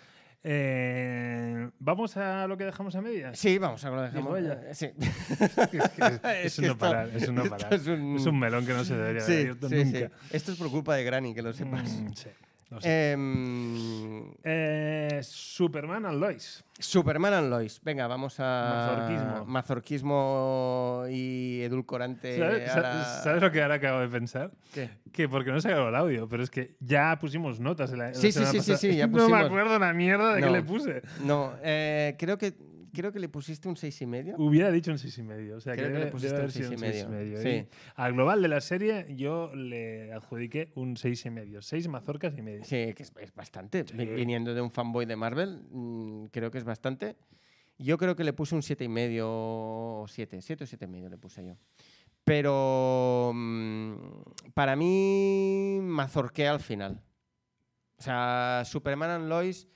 Eh, Vamos a lo que dejamos a medias.
Sí, vamos, ahora lo dejamos.
Dijo ella.
Eh, Sí.
es, que es- es
que
un no
esto-
parar, es un no
esto
parar.
es un-
Es un melón que no se debería haber abierto
sí,
nunca.
sí. Eh. Esto es por culpa de Granny, que lo sepas.
Mm, sí, lo sé.
Em,
Eh, Superman and Lois.
Superman and Lois. Venga, vamos a.
Mazorquismo.
Mazorquismo y edulcorante.
¿Sabes,
a la-
sabes lo que ahora acabo de pensar?
¿Qué?
Que porque no se grabó el audio, pero es que ya pusimos notas. en la- la
Sí, sí,
semana
sí, sí,
pasada.
sí, ya
No
pusimos.
me acuerdo una mierda de
No.
qué le puse.
No, eh, creo, que, creo que le pusiste un seis y medio.
Hubiera dicho un 6,5. y medio. O sea,
Creo que le
debe-
pusiste
debe
un
haber sido un
6,5,
6,5,
sí.
¿eh? Al global de la serie, yo le adjudiqué un 6,5. y medio. Seis mazorcas y medio.
Sí, que es, es bastante.
Sí.
Vi- Viniendo de un fanboy de Marvel, mm, creo que es bastante. Yo creo que le puse un 7,5 o 7, 7 o 7,5 le puse yo. Pero mm, para mí mazorquea al final. O sea, Superman and Lois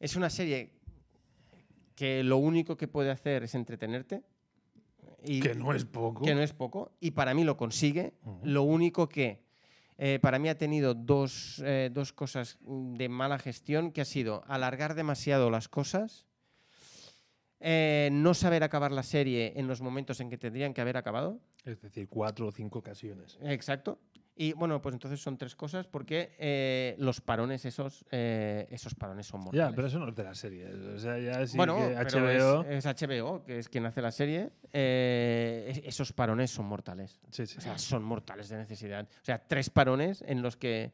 es una serie que lo único que puede hacer es entretenerte. Y,
Que no es poco.
que no es poco, y para mí lo consigue.
Ujú.
Lo único que eh, para mí ha tenido dos, eh, dos cosas mm, de mala gestión, que ha sido alargar demasiado las cosas, eh, no saber acabar la serie en los momentos en que tendrían que haber acabado.
Es decir, cuatro o cinco ocasiones.
Exacto. Y bueno, pues entonces son tres cosas porque eh, los parones esos, eh, esos parones son mortales.
Ya, pero eso no es de la serie. O sea, ya sí
bueno,
que
pero es- eh,
HBO.
es, HBO, que es quien hace la serie. eh, es- esos parones son mortales.
sí, sí.
O sea, son mortales de necesidad. O sea, tres parones en los que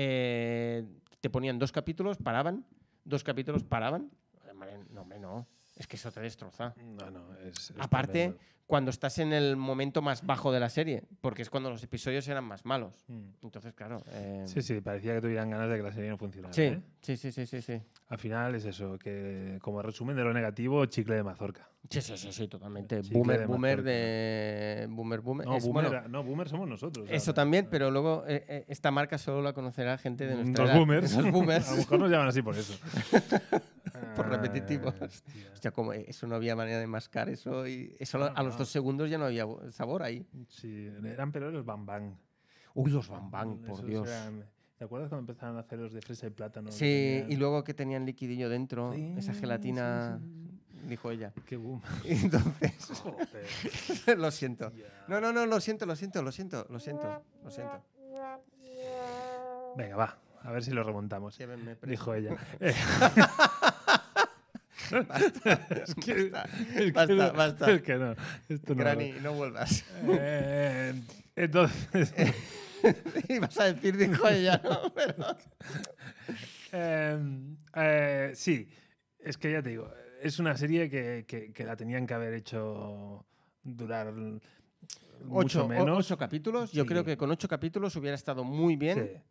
eh, te ponían dos capítulos, paraban, dos capítulos, paraban. Hombre, No, hombre, no. Es que eso te destroza.
no, no, es- es
Aparte,
tremendo.
cuando estás en el momento más bajo de la serie, porque es cuando los episodios eran más malos.
Mm.
Entonces, claro. eh,
Sí, sí, parecía que tuvieran ganas de que la serie no funcionara.
sí,
¿eh?
sí, sí, sí, sí, sí.
Al final es eso, que como resumen de lo negativo, chicle de mazorca.
Sí, sí, sí, sí, totalmente.
Chicle
boomer,
de
boomer
mazorca.
de. Boomer, boomer.
No,
Es,
boomer,
bueno,
ah, no, boomer somos nosotros.
eso
ahora.
también, pero luego eh, eh, esta marca solo la conocerá gente de nuestra
Los
edad.
boomers.
Esos boomers.
A lo mejor nos llaman así por eso.
Por
Ah,
repetitivos.
hostia.
Hostia, como e, eso no había manera de mascar eso y eso lo-
Ah,
a los
no.
dos segundos ya no había bo- sabor ahí.
Sí, eran peores los Bam Bang.
Uy, los bambán, por
Esos
Dios.
eran- ¿Te acuerdas cuando empezaron a hacer los de fresa y plátano? que
Sí, y
tenían-
luego que tenían liquidillo dentro,
Sí,
esa
sí,
gelatina,
sí,
dijo ella.
Qué boom.
Y entonces,
Joder,
lo siento.
ya.
No, no, no, lo siento, lo siento, lo siento, lo siento, lo siento.
Venga, va. A ver si lo remontamos.
Llévenme preso.
Dijo ella. Eh, es que-
Basta,
es que
basta,
no,
basta.
Es que no. Esto no va.
Granny, no vuelvas.
Eh, entonces,
Ibas a decir, dijo ella, ¿no? Pero-
eh, eh, sí, es que ya te digo, es una serie que, que- que la tenían que haber hecho durar mucho
ocho, o-
menos.
ocho capítulos. Yo
Sí.
creo que con ocho capítulos hubiera estado muy bien.
Sí,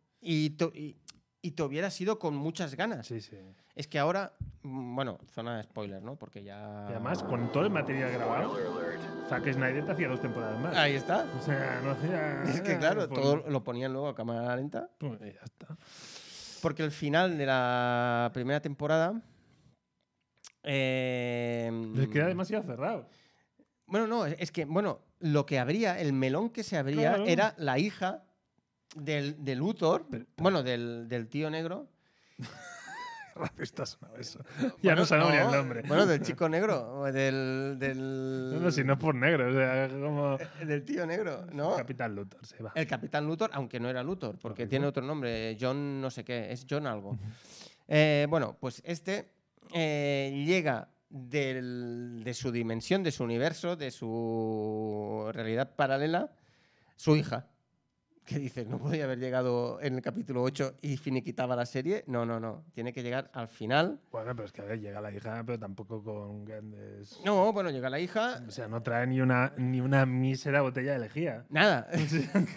y, to- y, y te hubiera sido con muchas ganas.
sí, sí.
Es que ahora, mm, bueno, zona de spoiler, ¿no? Porque ya.
Y además, con todo el material grabado, Zack Snyder te hacía dos temporadas más.
Ahí está.
O sea, no hacía.
Es que claro,
por-
todo lo ponían luego a cámara lenta.
Pum, y ya está.
Porque el final de la primera temporada. eh,
Les queda demasiado cerrado.
Bueno, no, es es que, bueno, lo que habría, el melón que se abría
Claro.
era la hija del, del Luthor,
Pero-
bueno, del, del tío negro.
Racista sonaba eso. ya no sabemos ni el nombre.
Bueno, del chico negro, o del. del
no, no, si no es por negro, o sea, como.
Del tío negro, ¿no?
Capitán Luthor, se va.
El capitán Luthor, aunque no era Luthor, porque
mismo.
tiene otro nombre, John no sé qué, es John algo. Eh, bueno, pues este eh, llega del- de su dimensión, de su universo, de su realidad paralela, su hija. que dices, no podía haber llegado en el capítulo 8 y finiquitaba la serie. No, no, no. Tiene que llegar al final.
Bueno, pero es que a ver, llega la hija, pero tampoco con grandes.
No, bueno, llega la hija.
O sea, no trae ni una, ni una mísera botella de lejía.
Nada.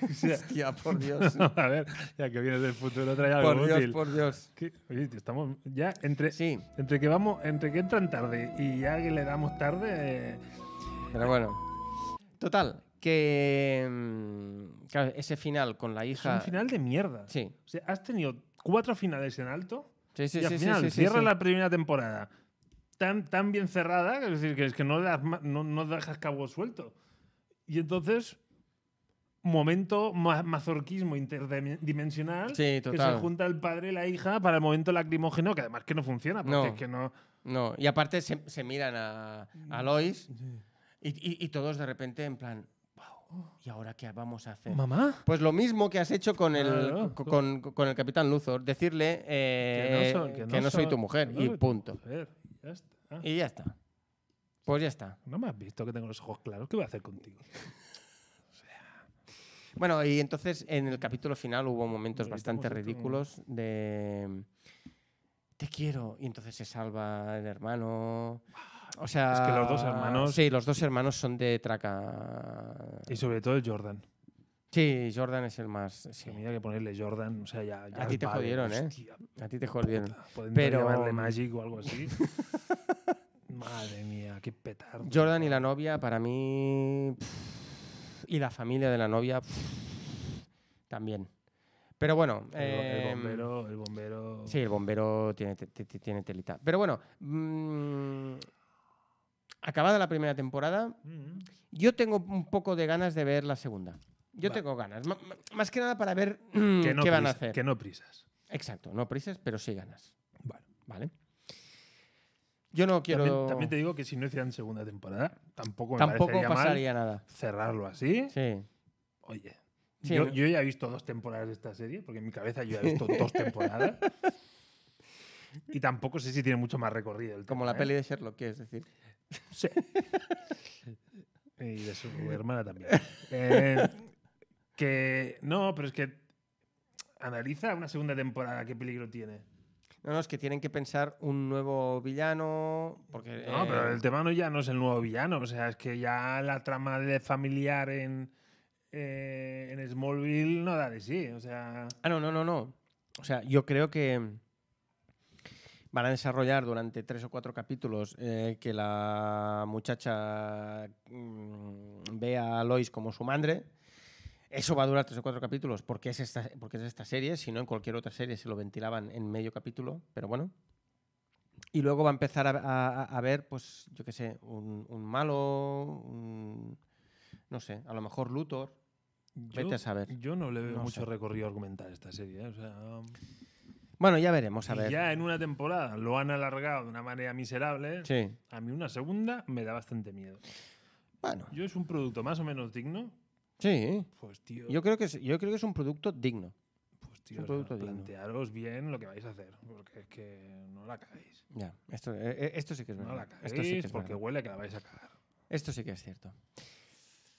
O sea,
Hostia, por Dios.
a ver, ya que vienes del futuro, trae algo
Por Dios,
útil.
por Dios.
¿Qué? Oye, tío, estamos ya entre,
Sí,
entre que vamos, entre que entran tarde y ya que le damos tarde. eh,
pero bueno. Total, que. mm, Claro, ese final con la
es
hija.
un final de mierda.
Sí,
O sea, has tenido cuatro finales en alto
sí, sí.
y al
sí, sí,
final
sí, sí,
cierra
sí.
la primera temporada tan, tan bien cerrada, que es decir, que es que no, das ma- no, no dejas cabo suelto. Y entonces, momento ma- mazorquismo interdimensional
Sí,
que
total.
se junta el padre y la hija para el momento lacrimógeno, que además que no funciona, porque
No.
es que no.
No, y aparte se, se miran a, a
Mm.
Lois y, y- y todos de repente en plan, "Wow, ¿y ahora qué vamos a hacer?
¿Mamá?
Pues lo mismo que has hecho con el,
Claro.
co- con, con el capitán Luthor, decirle eh,
Que no so- que
que no,
no
soy
so-
tu mujer y
no,
punto.
A ver, ya está. Ah,
Y ya está. Pues ya está.
No me has visto que tengo los ojos claros. ¿Qué voy a hacer contigo?
Bueno, y entonces en el capítulo final hubo momentos
Necesitamos
bastante
otro-
ridículos de te quiero y entonces se salva el hermano. O sea,
Es que los dos hermanos-
Sí, los dos hermanos son de traca.
Y sobre todo Jordan.
Sí, Jordan es el más. sí.
Que mira que ponerle Jordan, o sea, ya. ya
A ti
el
te
padre,
jodieron, ¿eh?
hostia,
A ti te jodieron.
Pueden
Pero- mm.
llamarle Magic o algo así. Madre mía, qué petardo.
Jordan y la novia, para mí. pff, y la familia de la novia. pff, también. Pero bueno.
El, bo- el
em,
bombero, el bombero.
Sí, el bombero tiene, te- te- te- tiene telita. Pero bueno. mm, acabada la primera temporada,
Mm.
yo tengo un poco de ganas de ver la segunda. Yo
Vale.
tengo ganas. ma- ma- Más que nada para ver mm,
Que no
qué van a
prisa-
hacer.
Que no prisas.
Exacto, no prisas, pero sí ganas.
Vale.
Vale. Yo no quiero.
También, también te digo que si no hicieran segunda temporada, tampoco me
Tampoco
parecería mal
pasaría nada.
cerrarlo así.
Sí.
Oye,
Sí,
yo,
¿no?
yo ya he visto dos temporadas de esta serie, porque en mi cabeza yo ya he visto dos temporadas. Y tampoco sé si tiene mucho más recorrido. El
Como
tema,
la
¿eh?
peli de Sherlock, quieres decir.
Sí. y de su hermana también. Eh, que no, pero es que analiza una segunda temporada, qué peligro tiene.
No, no, es que tienen que pensar un nuevo villano. Porque.
No,
eh,
pero el tema no ya no es el nuevo villano, o sea, es que ya la trama de familiar en, eh, en Smallville no da de sí, o sea...
Ah, no, no, no, no. O sea, yo creo que van a desarrollar durante tres o cuatro capítulos eh, que la muchacha mm, vea a Lois como su madre. Eso va a durar tres o cuatro capítulos porque es esta, porque es esta serie, si no en cualquier otra serie se lo ventilaban en medio capítulo, pero bueno. Y luego va a empezar a, a- a ver, pues, yo qué sé, un, un malo, un- no sé, a lo mejor Luthor. Vete a saber.
Yo no le veo
No
mucho
sé.
recorrido argumental a esta serie, ¿eh? o sea...
Bueno, ya veremos, a
y
ver.
ya en una temporada lo han alargado de una manera miserable,
Sí.
a mí una segunda me da bastante miedo.
Bueno.
Yo es un producto más o menos digno.
Sí,
Pues tío,
yo creo que es, yo creo que es un producto digno.
pues,
un
tío o sea,
producto digno.
plantearos bien lo que vais a hacer, porque es que no la cagáis.
Ya, esto, eh, eh, esto sí que es verdad.
No la
esto sí
cagáis
que es
porque
verdad.
huele que la vais a cagar.
Esto sí que es cierto.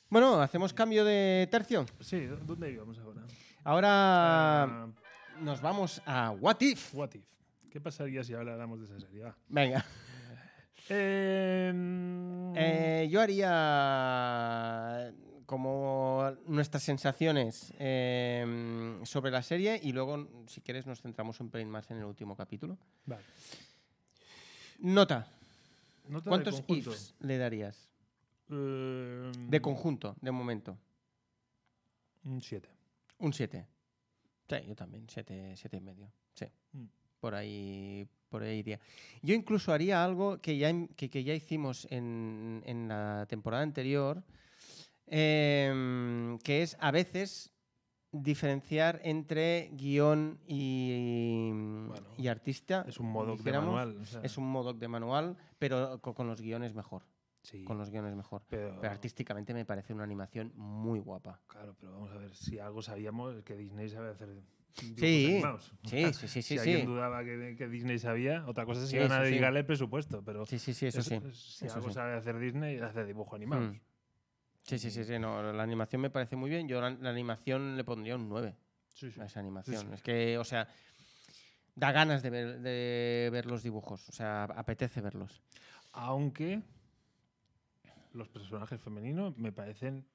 Bueno, hacemos cambio de tercio.
Sí, ¿dó- ¿dónde íbamos ahora?
Ahora
Ah,
nos vamos a What If.
what if? ¿Qué pasaría si habláramos de esa serie? Ah, Va.
Venga,
Em,
eh, yo haría como nuestras sensaciones eh, sobre la serie y luego, si quieres, nos centramos un pelín más en el último capítulo.
vale.
Nota.
Nota de
¿Cuántos
conjunto.
ifs le darías?
Em,
De conjunto, de momento.
Un 7.
Un 7. Sí, yo también, 7, siete y medio. Sí.
Mm.
Por ahí, por ahí iría. Yo incluso haría algo que ya, im- que, que ya hicimos en, en la temporada anterior, em, que es a veces diferenciar entre guión y,
Bueno,
y artista.
Es un modo de
dijéramos.
manual. o sea,
Es un modoc de manual, pero co- con los guiones mejor.
sí,
Con los guiones mejor.
pero,
Pero artísticamente me parece una animación muy guapa.
Claro, pero vamos a ver, si algo sabíamos es que Disney sabe hacer dibujos
Sí,
animados.
sí, sí, sí,
si
sí.
alguien
sí.
dudaba que, que Disney sabía, otra cosa es
Sí,
si iban a
sí, sí.
dedicarle el presupuesto, pero
Sí, sí, sí, eso
es-
sí.
es- si
eso
algo
sí.
sabe hacer Disney, hace dibujo animado.
Mm. Sí, sí, sí, sí, no, la animación me parece muy bien. Yo la, la animación le pondría un 9
Sí, sí.
a esa animación.
Sí, sí.
Es que, o sea, da ganas de ver, de ver los dibujos, o sea, apetece verlos.
Aunque los personajes femeninos me parecen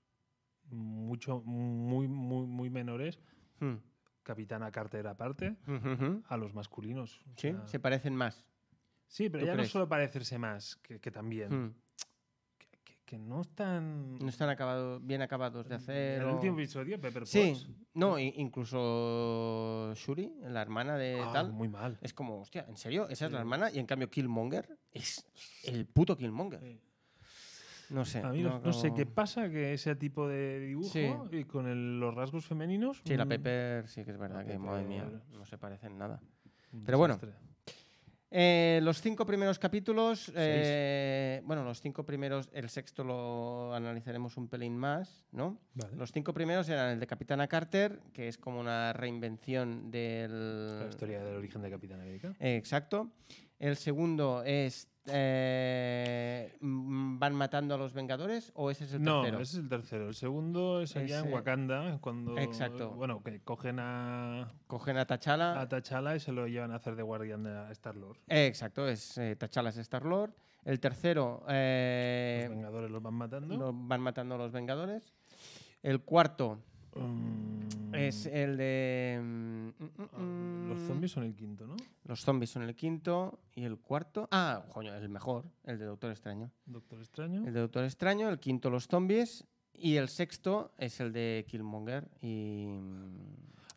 mucho, muy, muy, muy menores,
Hmm.
Capitana Carter aparte,
Ujú, ujú.
a los masculinos. O
Sí,
sea,
se parecen más.
sí, pero
¿Tú
ya
crees?
no solo parecerse más, que, que también.
Hmm.
Que, que- que no están.
No están acabado, bien acabados de hacer.
El
o-
último episodio, Pepper
Sí,
Potts.
no, i- incluso Shuri, la hermana de
Ah,
eh, tal.
Muy mal.
Es como, hostia, ¿en serio? Esa es la
Sí.
hermana y en cambio Killmonger es el puto Killmonger.
Sí.
No sé.
A mí no, no sé
como-
qué pasa, que ese tipo de dibujo
Sí.
y con el- los rasgos femeninos.
Sí, la
mm,
Pepper sí que es verdad
La
que, madre mía,
Pepper-
no se parecen nada.
un
Pero bueno.
desastre.
Eh, los cinco primeros capítulos, eh, bueno, los cinco primeros, el sexto lo analizaremos un pelín más, ¿no?
Vale.
Los cinco primeros eran el de Capitana Carter, que es como una reinvención del...
La historia del origen de Capitán América.
Eh, exacto. El segundo es... eh, mm, ¿Van matando a los Vengadores o ese es el
No,
tercero?
ese es el tercero. El segundo es allá
Ese-
en Wakanda, cuando.
Exacto. Ah.
Bueno, que cogen a,
Cogen a T'Challa.
a T'Challa y se lo llevan a hacer de guardián de- a Star-Lord.
Eh, exacto, es eh, T'Challa es Star-Lord. El tercero... eh,
los Vengadores los van matando.
Lo van matando los Vengadores. El cuarto
Mm,
es el de. mm, mm,
ah,
mm,
Los zombies son el quinto, ¿no?
Los zombies son el quinto. Y el cuarto. Ah, coño, el mejor, el de Doctor Extraño.
Doctor Extraño.
El de Doctor Extraño, el quinto, los zombies. Y el sexto es el de Killmonger y. mm,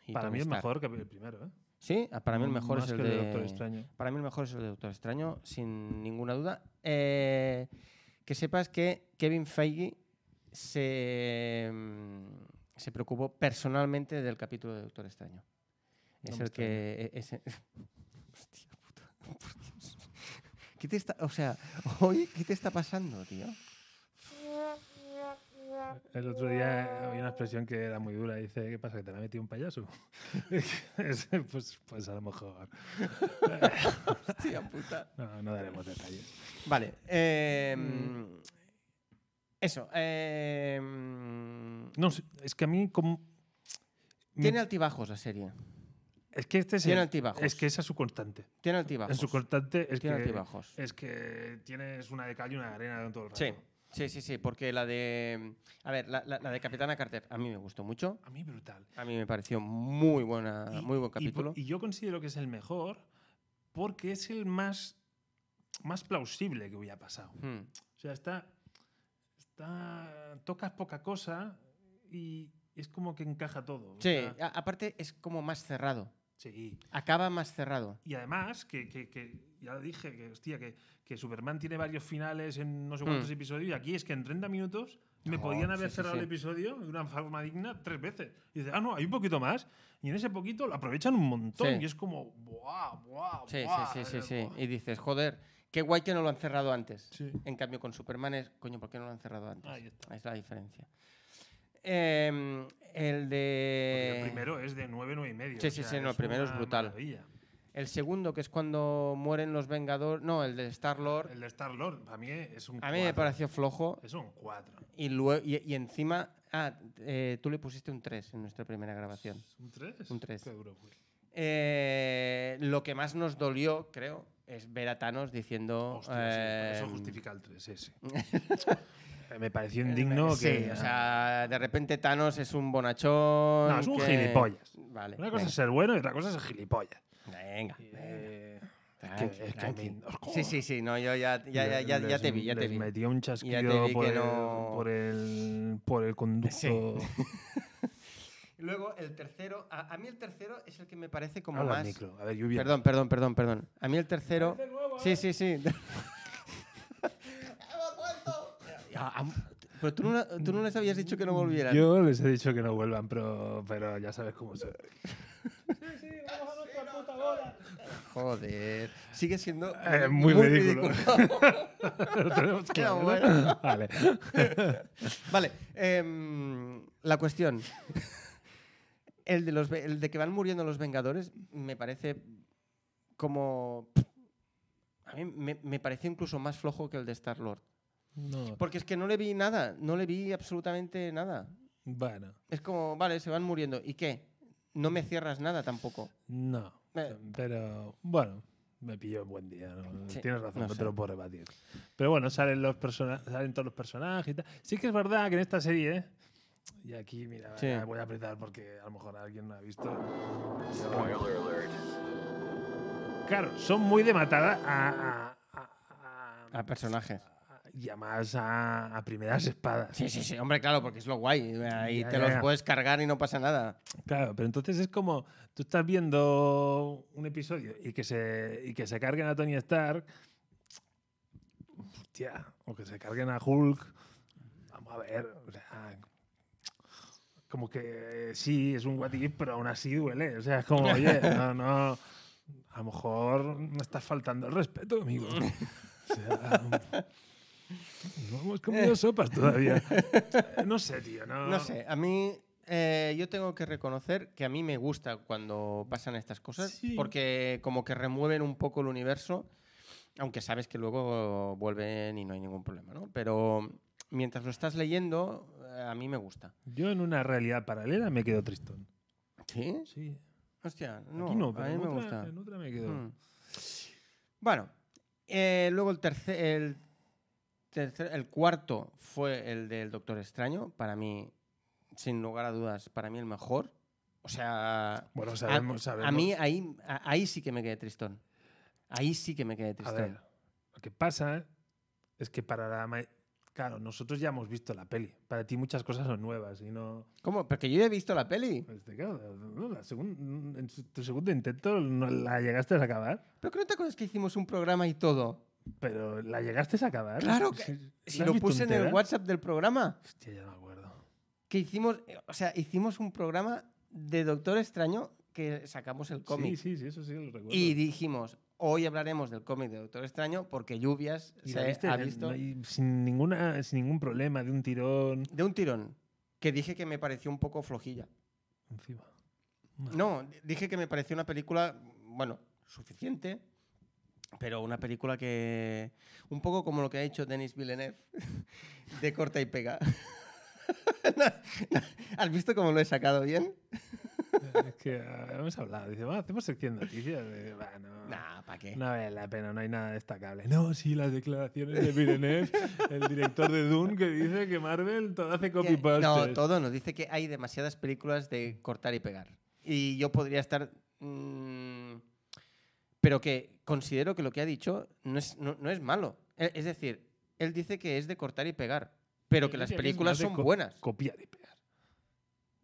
y
Para
Tony
mí es
Stark.
mejor que el primero, ¿eh?
Sí, ah, para mí el mejor
Más
es el
que
de.
Doctor Extraño.
Para mí el mejor es el de Doctor Extraño, sin ninguna duda. Eh, que sepas que Kevin Feige se, mm, se preocupó personalmente del capítulo de Doctor Extraño.
No
Es
me
el que... e- ese- Hostia puta, por Dios. ¿Qué te está, o sea, hoy, ¿qué te está pasando, tío?
El otro día
Ah.
había una expresión que era muy dura. Dice, ¿qué pasa? ¿Que te la ha metido un payaso? Es- pues, pues a lo mejor.
Hostia puta.
No, no daremos detalles.
Vale. eh,
Mm.
Eso. eh,
No, sí, es que a mí como... me-
tiene altibajos la serie.
es que este es,
tiene
el-
altibajos.
es que esa es su constante.
Tiene altibajos.
En su constante es
tiene
que,
altibajos.
es que tienes una de cal y una de arena todo el rato.
Sí, sí, sí, sí, porque la de. mm, A ver, la, la- la de Capitana Carter a mí me gustó mucho.
A mí brutal.
A mí me pareció muy buena,
Y-
Ah, muy
y
buen
por-
capítulo.
Y, yo considero que es el mejor porque es el más, más plausible que hubiera pasado.
Hmm,
O sea, está. está tocas poca cosa y es como que encaja todo. o
Sí,
sea,
a- aparte es como más cerrado.
sí.
Acaba más cerrado.
Y además, que, que- que ya dije que, hostia, que, que Superman tiene varios finales en no sé
Mm.
cuántos episodios y aquí es que en 30 minutos me
No,
podían haber
sí, sí,
cerrado
sí.
el episodio de una forma digna tres veces. Y dices, ah, no, hay un poquito más. Y en ese poquito lo aprovechan un montón
Sí.
y es como, buah, buah,
Sí,
buah.
sí, sí, sí,
eh,
sí.
buah".
Y dices, joder, qué guay que no lo han cerrado antes.
Sí.
En cambio, con Superman es, coño, ¿por qué no lo han cerrado antes?
Ahí está.
Es la diferencia. Em, el de.
Porque el primero es de 9, 9 y medio.
Eh, Sí, sí, sí, no, el primero es
una
brutal.
maravilla.
El segundo, que es cuando mueren los Vengadores. No, el de Star Lord.
El de Star Lord, para mí es un
A mí me
cuatro.
pareció flojo.
Es un 4.
Y, lue- y, y encima, ah, eh, tú le pusiste un 3 en nuestra primera grabación.
¿Un 3?
Un tres.
Qué duro fue.
Eh, lo que más nos dolió, creo, es ver a Thanos diciendo...
Hostia, sí, pero eso
em,
justifica el 3, ese. Eh, me pareció indigno
Sí,
que.
o sea, de repente Thanos es un bonachón...
No, es un
que-
gilipollas.
Vale.
Una cosa es ser bueno y otra cosa es ser gilipollas.
Venga. venga, venga,
Eh,
tranqui,
es que a
tranqui.
mí-
Sí, sí, sí, no, yo ya, ya, ya, ya, ya
les-
te vi, ya te
les
vi.
metió un
Ya te
chasquido
vi
por
que
el,
no-
por el por el conducto.
Sí. Luego, el tercero, a, a mí el tercero es el que me parece como
Habla al
más...
micro. A ver, lluvia.
Perdón, perdón, perdón, perdón. A mí el tercero... Sí, sí, sí. Ah, am- Pero tú no, la- tú no les habías dicho que no volvieran.
Yo les he dicho que no vuelvan, pero, pero ya sabes cómo son.
Joder. Sigue siendo
Eh, muy ridículo. Lo tenemos claro, ¿no?
bueno.
Vale.
vale. em, la cuestión. El de, los, ve- el de que van muriendo los Vengadores me parece como... A mí me, me pareció incluso más flojo que el de Star-Lord.
No.
Porque es que no le vi nada, no le vi absolutamente nada.
Bueno,
Es como, vale, se van muriendo. ¿Y qué? No me cierras nada tampoco.
no.
Eh.
Pero bueno, me pilló un buen día. ¿no?
Sí,
Tienes razón,
no
no,
sé.
te lo puedo rebatir. Pero bueno, salen, los persona- salen todos los personajes y tal. Sí que es verdad que en esta serie. Y aquí, mira,
Sí.
voy a apretar porque a lo mejor alguien no ha visto.
Spoiler alert.
Claro, son muy de matar a- a- a- a-
A personajes.
y además a, a primeras espadas.
Sí, sí, sí. Hombre, claro, porque es lo guay. eh, Ahí
Ya,
te
ya,
los
ya.
puedes cargar y no pasa nada.
Claro, pero entonces es como tú estás viendo un episodio y que se, y que se carguen a Tony Stark. Hostia, o que se carguen a Hulk. Vamos a ver. o sea, como que sí, es un what if, pero aún así duele. O sea, es como, oye, no, no. A lo mejor me estás faltando el respeto, amigo. O sea, no hemos comido sopas todavía. No sé, tío. No,
No sé, a mí eh, yo tengo que reconocer que a mí me gusta cuando pasan estas cosas
Sí.
porque como que remueven un poco el universo, aunque sabes que luego vuelven y no hay ningún problema, ¿no? Pero mientras lo estás leyendo, eh, a mí me gusta.
Yo en una realidad paralela me quedo tristón.
¿Sí?
Sí.
Hostia, no,
Aquí no,
a
pero
mí
en,
me
otra,
gusta.
en otra me quedo.
Mm. Bueno, eh, luego el tercer, el tercer- el cuarto fue el del Doctor Extraño, para mí, sin lugar a dudas, para mí el mejor. O sea,
Bueno,
a-
sabemos,
a,
sabemos.
mí ahí, a- ahí sí que me quedé tristón. Ahí sí que me quedé
A
tristón.
ver, lo que pasa es que para la. ma- Claro, nosotros ya hemos visto la peli. Para ti muchas cosas son nuevas y no.
¿Cómo? Porque yo ya he visto la peli.
Este, claro, no, la segun- en su- tu segundo intento no la llegaste a acabar,
Pero que no te acuerdas que hicimos un programa y todo.
pero la llegaste a acabar.
Claro que-
Sí,
Si
¿la has
lo
visto
puse en
entera?
el WhatsApp del programa.
Hostia, ya no me acuerdo.
Que hicimos, eh, o sea, hicimos un programa de Doctor Extraño que sacamos el cómic.
Sí, sí, sí, eso sí lo recuerdo.
Y dijimos, hoy hablaremos del cómic de Doctor Extraño porque Lluvias
Y
se
la viste
ha
en-
visto
no hay- sin, ninguna, sin ningún problema, de un tirón
de un tirón. Que dije que me pareció un poco flojilla.
encima.
No, di- dije que me pareció una película, bueno, suficiente, pero una película que. Un poco como lo que ha hecho Denis Villeneuve, de corta y pega. ¿Has visto cómo lo he sacado bien?
Es que ah, hemos hablado. Dice, "Va, hacemos sección de noticias. Eh, va, no,
Nah, eh. ¿para qué?
no vale la pena, no hay nada destacable. No, sí, las declaraciones de Villeneuve, el director de Dune, que dice que Marvel todo hace
Que-
copy-paste.
No, todo nos dice que hay demasiadas películas de cortar y pegar. Y yo podría estar. mm, pero que considero que lo que ha dicho no es, no, no es malo. E- Es decir, él dice que es de cortar y pegar, pero que
Él
las
dice que es
películas
más de
son
co-
buenas.
Copiar y pegar.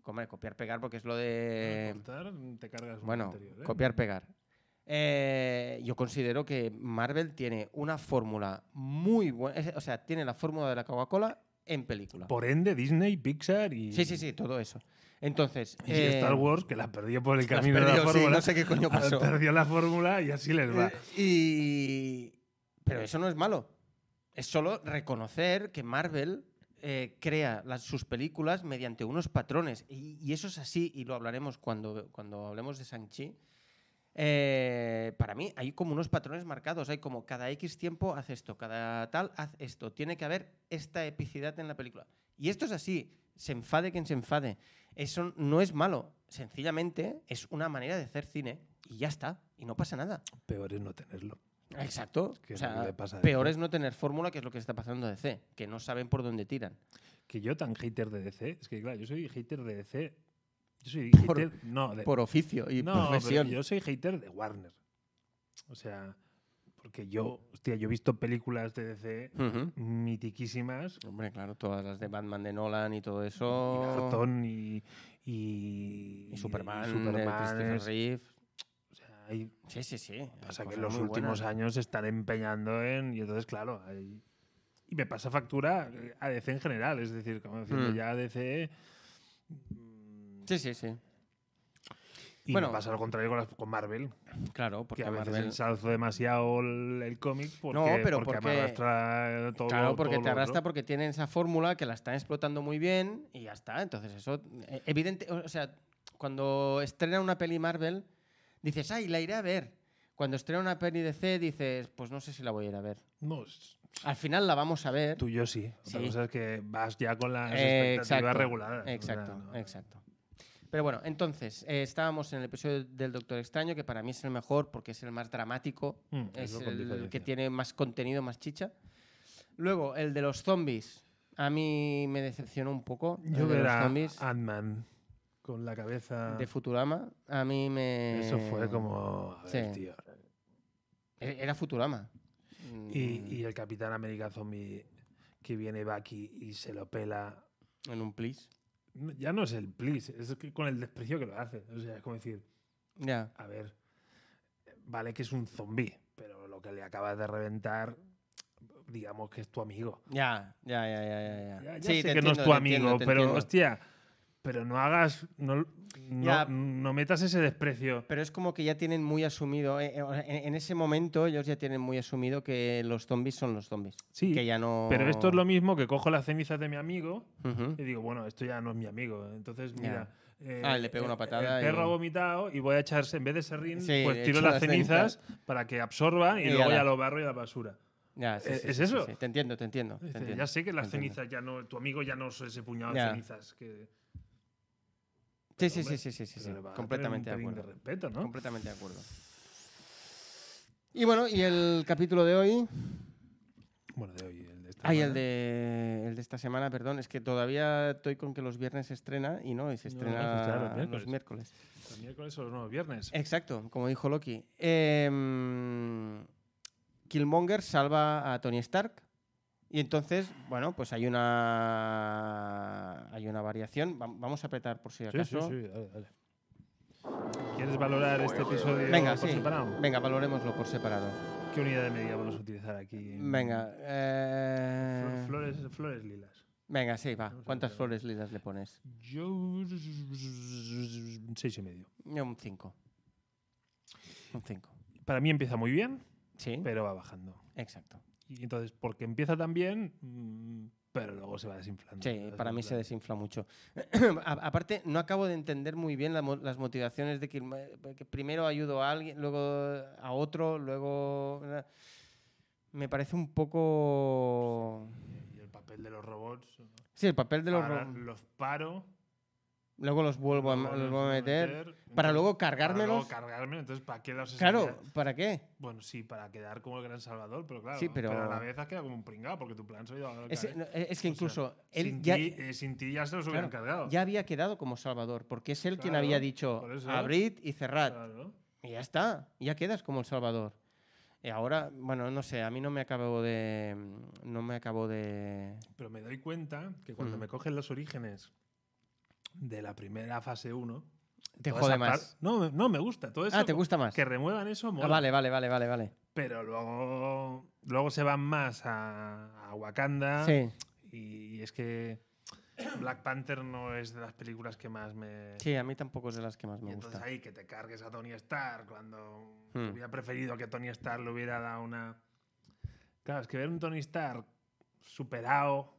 Hombre, copiar, pegar, porque es lo de.
Cortar, te cargas un
Eh, Bueno,
anterior, ¿eh?
copiar, pegar. Eh, yo considero que Marvel tiene una fórmula muy buena. O sea, tiene la fórmula de la Coca-Cola en película.
Por ende, Disney, Pixar y,
Sí, sí, sí, todo eso. Entonces.
y
eh,
Star Wars, que la perdió por el
Las
camino de la
perdió, sí,
fórmula.
no sé qué coño
Ah,
pasó.
Perdió la fórmula y así les va.
Eh, y... Pero eso no es malo. Es solo reconocer que Marvel eh, crea las- sus películas mediante unos patrones. Y, y eso es así, y lo hablaremos cuando, cuando hablemos de Shang-Chi. Eh, para mí hay como unos patrones marcados. Hay como cada X tiempo haz esto, cada tal haz esto. Tiene que haber esta epicidad en la película. Y esto es así. Se enfade quien se enfade. Eso no es malo. Sencillamente es una manera de hacer cine y ya está. Y no pasa nada.
Peor es no tenerlo.
Exacto.
Que
O
es lo que
sea,
le pasa a
peor
DC.
es no tener fórmula, que es lo que está pasando a DC, que no saben por dónde tiran.
que yo tan hater de DC, es que claro, yo soy hater de DC. Yo soy
Por-
hater, no, de,
Por oficio y
no, pero
profesión.
yo soy hater de Warner. O sea, porque yo, hostia, yo he visto películas de DC
Ujú.
mitiquísimas,
Hombre, claro, todas las de Batman de Nolan y todo
y
eso.
Barton y, y,
Y Superman,
y
de
Superman
Christopher
es-
Reeve.
o sea, hay-
Sí, sí, sí. hay
pasa que
cosas
en los
muy
últimos
buenas.
años se están empeñando en, y entonces claro, hay- y me pasa factura eh, a DC en general, es decir, como diciendo
Mm.
ya DC...
Sí, sí, sí.
Y
Bueno.
me pasa lo contrario con, las- con Marvel,
Claro, porque
que a veces
Marvel-
ensalzo demasiado el, el cómic porque,
No, pero
porque,
porque-
me arrastra todo
Claro,
lo-
porque
todo
te
lo otro.
arrastra porque tienen esa fórmula que la están explotando muy bien y ya está. Entonces, eso, eh, evidente, o o sea, cuando estrena una peli Marvel, dices, ay, la iré a ver. Cuando estrena una peli de C dices, pues no sé si la voy a ir a ver.
No, es-
Al final la vamos a ver. Eh,
tú y yo sí. Otra
Sí.
cosa es que vas ya con las
Eh,
expectativas
exacto,
reguladas.
Exacto,
O sea, no-
exacto. Pero bueno, entonces, eh, estábamos en el episodio del Doctor Extraño, que para mí es el mejor porque es el más dramático,
Mm,
es
eso con
el que
diferencia.
tiene más contenido, más chicha. Luego, el de los zombies. A mí me decepcionó un poco. el
Yo
de los
verá
zombies
Ant-Man con la cabeza.
de Futurama. A mí me.
Eso fue como. A ver,
sí.
tío.
E- Era Futurama.
Y,
Mm,
y el Capitán América Zombie que viene Bucky y se lo pela.
En un plis.
No, Ya no es el please, es que con el desprecio que lo hace. O sea, es como decir,
Ya.
a ver, vale que es un zombi, pero lo que le acabas de reventar, digamos que es tu amigo.
Ya, ya, ya, ya, ya, ya.
Ya, ya
Sí,
sé
te
que no
entiendo,
es tu
te
amigo,
entiendo, te
pero
entiendo.
hostia, pero no hagas, no, no-
Ya.
no metas ese desprecio.
Pero es como que ya tienen muy asumido, eh, eh, o sea, en, en ese momento ellos ya tienen muy asumido que los zombies son los zombies.
Sí,
que ya no...
pero esto es lo mismo que cojo las cenizas de mi amigo
Ujú.
y digo, bueno, esto ya no es mi amigo. Entonces, mira. eh,
Ah, le pego una
el-
patada
El perro
y-
ha vomitado y voy a echarse, en vez de serrín,
Sí,
pues tiro
echo
las
las
cenizas para que absorba y,
Y
luego
ala.
ya lo barro y la basura.
Ya, sí,
Eh, ¿es
sí, sí, sí,
eso?
sí. Te entiendo, te entiendo. te
Dice,
entiendo,
ya sé que las
te entiendo.
cenizas ya no, tu amigo ya no es ese puñado
Ya.
de cenizas que
Sí, sí,
hombre,
sí, sí, sí, sí,
pero
sí,
le va a tener
Completamente de
un pelín
acuerdo.
de respeto, ¿no?
Completamente de acuerdo. Y bueno, y el capítulo de hoy...
Bueno, de hoy el de esta
Ay,
semana.
Ah, el de, el de esta semana, perdón. Es que todavía estoy con que los viernes se estrena y no, y se
No, se
estrena
estrena los
los
miércoles.
miércoles.
Los miércoles o no, viernes.
Exacto, como dijo Loki. Em, Killmonger salva a Tony Stark. Y entonces, bueno, pues hay una hay una variación. Va- Vamos a apretar por si
sí, sí,
acaso.
sí, dale, dale. ¿Quieres valorar este episodio
Venga,
por
sí.
separado?
Venga, valorémoslo por separado.
¿Qué unidad de medida vamos a utilizar aquí?
Venga.
Fl-
eh,
Flores, flores lilas.
Venga, sí, va.
Vamos a
¿Cuántas
ver.
flores lilas le pones?
Yo. un Seis y medio.
Yo un 5. Un 5.
Para mí empieza muy bien,
Sí,
pero va bajando.
exacto.
Y entonces, porque empieza tan bien, mm, pero luego se va desinflando. se
Sí,
va
para mí se
desinflando.
desinfla mucho. A- Aparte, no acabo de entender muy bien la mo- las motivaciones de que, que primero ayudo a alguien, luego a otro, luego... eh, Me parece un poco...
Y el papel de los robots.
Sí, el papel de los...
ahora
ro-
los paro.
Luego los vuelvo a,
luego
los
los
vuelvo a meter.
entonces-
luego
Para luego
cargármelos.
cargármelo, entonces ¿para qué los
Claro,
enseñas?
¿para qué?
Bueno, sí, para quedar como el gran salvador, pero claro.
Sí, pero-
a la vez has quedado como un pringado porque tu plan se ha ido a la
Es,
cabeza.
no, e, es- es que
O sea,
incluso él
sin,
ya,
ti, eh, sin ti ya se los hubieran
claro,
cargado.
ya había quedado como Salvador, porque es él quien
Claro,
había dicho
por eso.
abrid y cerrad.
Claro.
Y ya está, ya quedas como El Salvador. Y ahora, bueno, no sé, a mí no me acabo de. No me acabo de.
Pero me doy cuenta que cuando
Mm.
me cogen los orígenes de la primera fase 1.
Te
toda
jode
esa par-
más.
No, me- no, me gusta. Todo eso.
Ah, ¿te gusta más?
Que remuevan eso, mola.
Ah, vale, vale, vale, vale, vale.
Pero luego, luego se van más a, a Wakanda.
Sí,
Y es que Black Panther no es de las películas que más me.
sí, a mí tampoco es de las que más
Y
me
entonces
gusta.
ahí que te cargues a Tony Stark cuando
Hmm.
hubiera preferido que Tony Stark le hubiera dado una. Claro, es que ver un Tony Stark superado.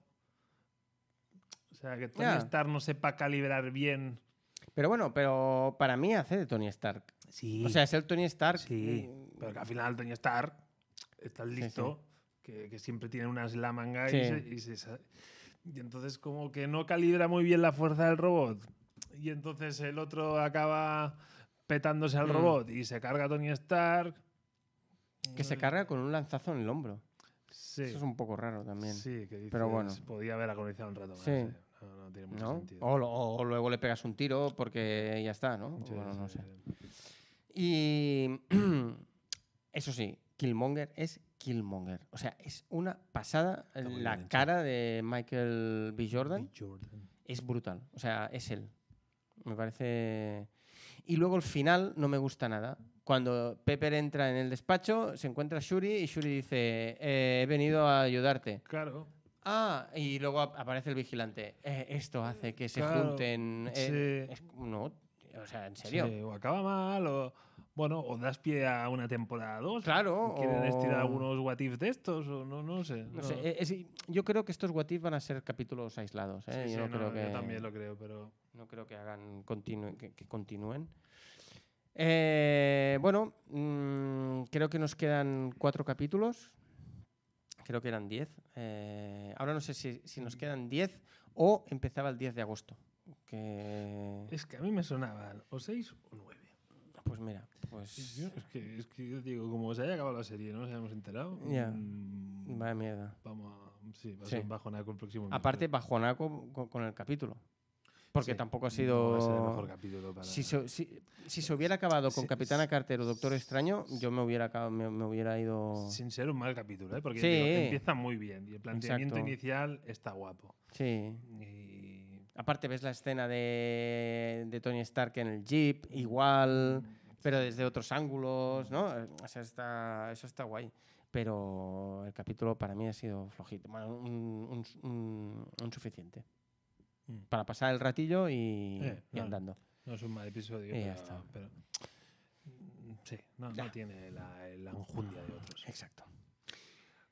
O sea, que Tony
Ya.
Stark no sepa calibrar bien.
Pero bueno, pero para mí hace de Tony Stark.
Sí.
O sea, es el Tony Stark.
sí.
mm,
Pero que al final Tony Stark está
Sí,
listo, Que, que siempre tiene unas la manga
Sí.
y, se- y se sa- y entonces como que no calibra muy bien la fuerza del robot. Y entonces el otro acaba petándose al
Mm.
robot y se carga a Tony Stark.
Que se
Mm,
carga con un lanzazo en el hombro.
Sí.
Eso es un poco raro también.
Sí, que dices,
Pero bueno.
podía haber agonizado un rato más.
Sí.
eh. No, no tiene mucho
¿No? Oh,
sentido.
O, lo- o luego le pegas un tiro porque ya está, ¿no?
Sí,
Bueno, no
sí,
sé.
sí.
Y eso sí, Killmonger es Killmonger. O sea, es una pasada.
Está muy
La
bien hecho.
cara de Michael B. Jordan
B. Jordan.
es brutal. O sea, es él. Me parece. Y luego el final no me gusta nada. Cuando Pepper entra en el despacho, se encuentra a Shuri y Shuri dice: eh, He venido a ayudarte.
Claro.
Ah, y luego ap- aparece el vigilante. "Eh, esto hace que se
Claro,
junten. eh, es- no, o sea, en serio.
Sí, o acaba mal, o bueno, o das pie a una temporada 2.
Claro,
Quieren
o-
estirar algunos what if de estos, o no, no sé.
No sé, eh, es- yo creo que estos What If van a ser capítulos aislados. ¿eh?
Sí,
yo, no
sí, no,
creo que,
yo también lo creo, pero.
no creo que hagan continu- que, que continúen. Eh, bueno, mm, creo que nos quedan cuatro capítulos. Creo que eran diez. Eh, ahora no sé si, si
Mm.
nos quedan diez o empezaba el 10 de agosto. Que...
Es que a mí me sonaban o seis o nueve.
Pues mira,
Es
pues...
que, es que yo digo, como se haya acabado la serie, no nos hayamos enterado.
Ya.
mm,
Vaya mierda.
Vamos a. Sí, va a
Sí.
ser un bajonaco el próximo mes,
Aparte,
pero
bajonaco con, con el capítulo. Porque
Sí.
tampoco
no va
ha
a ser el
sido...
mejor capítulo para-
Si se, si, si se hubiera acabado con
Sí,
Capitana Carter o Doctor Extraño, yo me hubiera, acabado- me, me hubiera ido...
Sin ser un mal capítulo, ¿eh? porque
Sí.
digo, empieza muy bien y el planteamiento
Exacto.
inicial está guapo.
Sí.
Y-
Aparte ves la escena de, de Tony Stark en el jeep, igual, pero desde otros ángulos, ¿no? Eh, O sea, está, eso está guay. Pero el capítulo para mí ha sido flojito, bueno, un, un- un- un suficiente.
Mm.
Para pasar el ratillo y,
Eh,
y
no.
andando.
No es un mal episodio.
Y
pero,
ya está.
pero- Mm, sí, no,
Ya. Eh,
no tiene la, la enjundia de otros.
Exacto.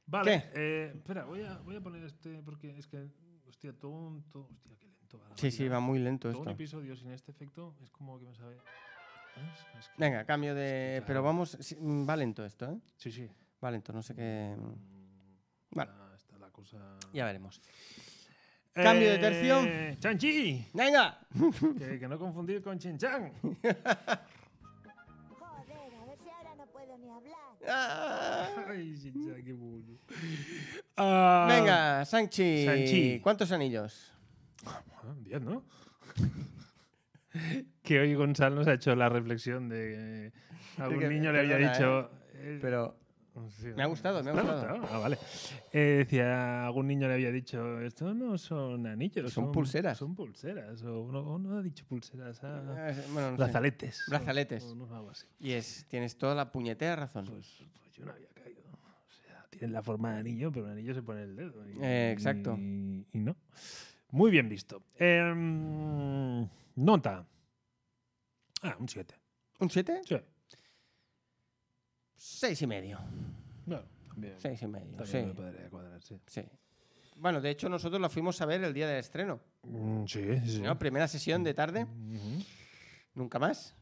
Vale, eh, espera, voy a, voy a poner este porque es que, hostia, tonto, hostia, qué lento. va la
Sí, sí,
máquina.
va muy lento
Todo un
esto.
episodio sin este efecto es como que me sabe. ¿sabes? Es que-
Venga, cambio de...
Es que,
Pero
claro.
vamos, sí, mm, va lento esto, ¿eh?
Sí, sí.
Va lento, no sé qué...
Mm,
Vale.
Está, está la cosa.
Ya veremos. Cambio de tercio.
Eh, ¡Chanchi!
¡Venga!
que, que no confundir con Chin-Chan.
Joder, a ver si ahora no puedo ni hablar.
Ah.
Ay, Chin-Chan, qué bueno. Ah,
Venga, Sanchi.
Sanchi.
¿Cuántos anillos?
Ah, Diez, ¿no? que hoy Gonzalo nos ha hecho la reflexión de que algún
que-
niño le había
perdona,
dicho. eh,
Pero
sí,
me ha gustado, me ha
¿te
gustado.
Ah, vale. Eh, decía, algún niño le había dicho, esto no son anillos.
Son pulseras".
Son pulseras. O uno, uno ha dicho pulseras. ah,
eh, bueno, no sé.
brazaletes.
Brazaletes.
O- o no, algo así.
Y es, tienes toda la puñetera razón.
Pues, pues yo no había caído. O sea, tienen la forma de anillo, pero un anillo se pone en el dedo. y-
Eh, exacto.
Y, y no. Muy bien visto. Em, nota. Ah, un 7.
¿Un 7?
Sí.
Seis y medio.
Bueno, también.
Seis y medio,
también
sí.
me podría cuadrar, sí.
sí. Bueno, de hecho nosotros la fuimos a ver el día del estreno.
Mm, sí, sí, sí.
¿no? Primera sesión de tarde,
Ujú.
nunca más.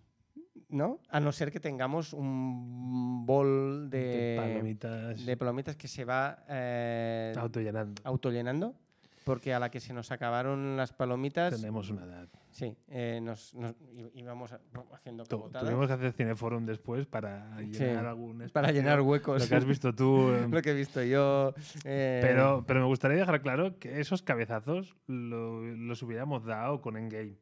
¿No? A no ser que tengamos un bol de,
de palomitas
de palomitas que se va eh,
autollenando.
autollenando. Porque a la que se nos acabaron las palomitas,
Tenemos una edad.
Sí, eh, nos, nos í- íbamos a- haciendo
Tu-
cabotadas
Tuvimos que hacer Cineforum después para
Sí,
llenar algún espacio.
para llenar huecos.
Lo que has visto tú. em,
Lo que he visto yo. eh,
Pero, pero me gustaría dejar claro que esos cabezazos lo- los hubiéramos dado con Endgame.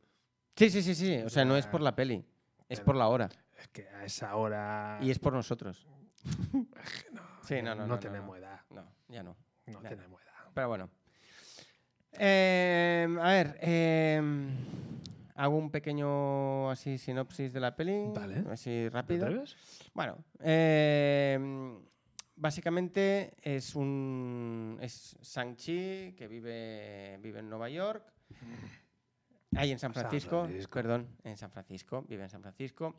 Sí, sí, sí, sí. O sea, no es por la peli. Es por la hora.
Es que a esa hora
Y es por nosotros. Sí, no, no, no, no,
tenemos
no.
edad.
No, ya no.
No
Ya.
tenemos edad.
Pero bueno. Eh, a ver. eh, hago un pequeño así sinopsis de la peli.
Vale.
Así
¿Te
rápido.
atreves?
Bueno, eh, básicamente es un es Shang-Chi que vive, vive en Nueva York. Ahí en San
San
Francisco,
Francisco.
perdón, en San Francisco, vive en San Francisco.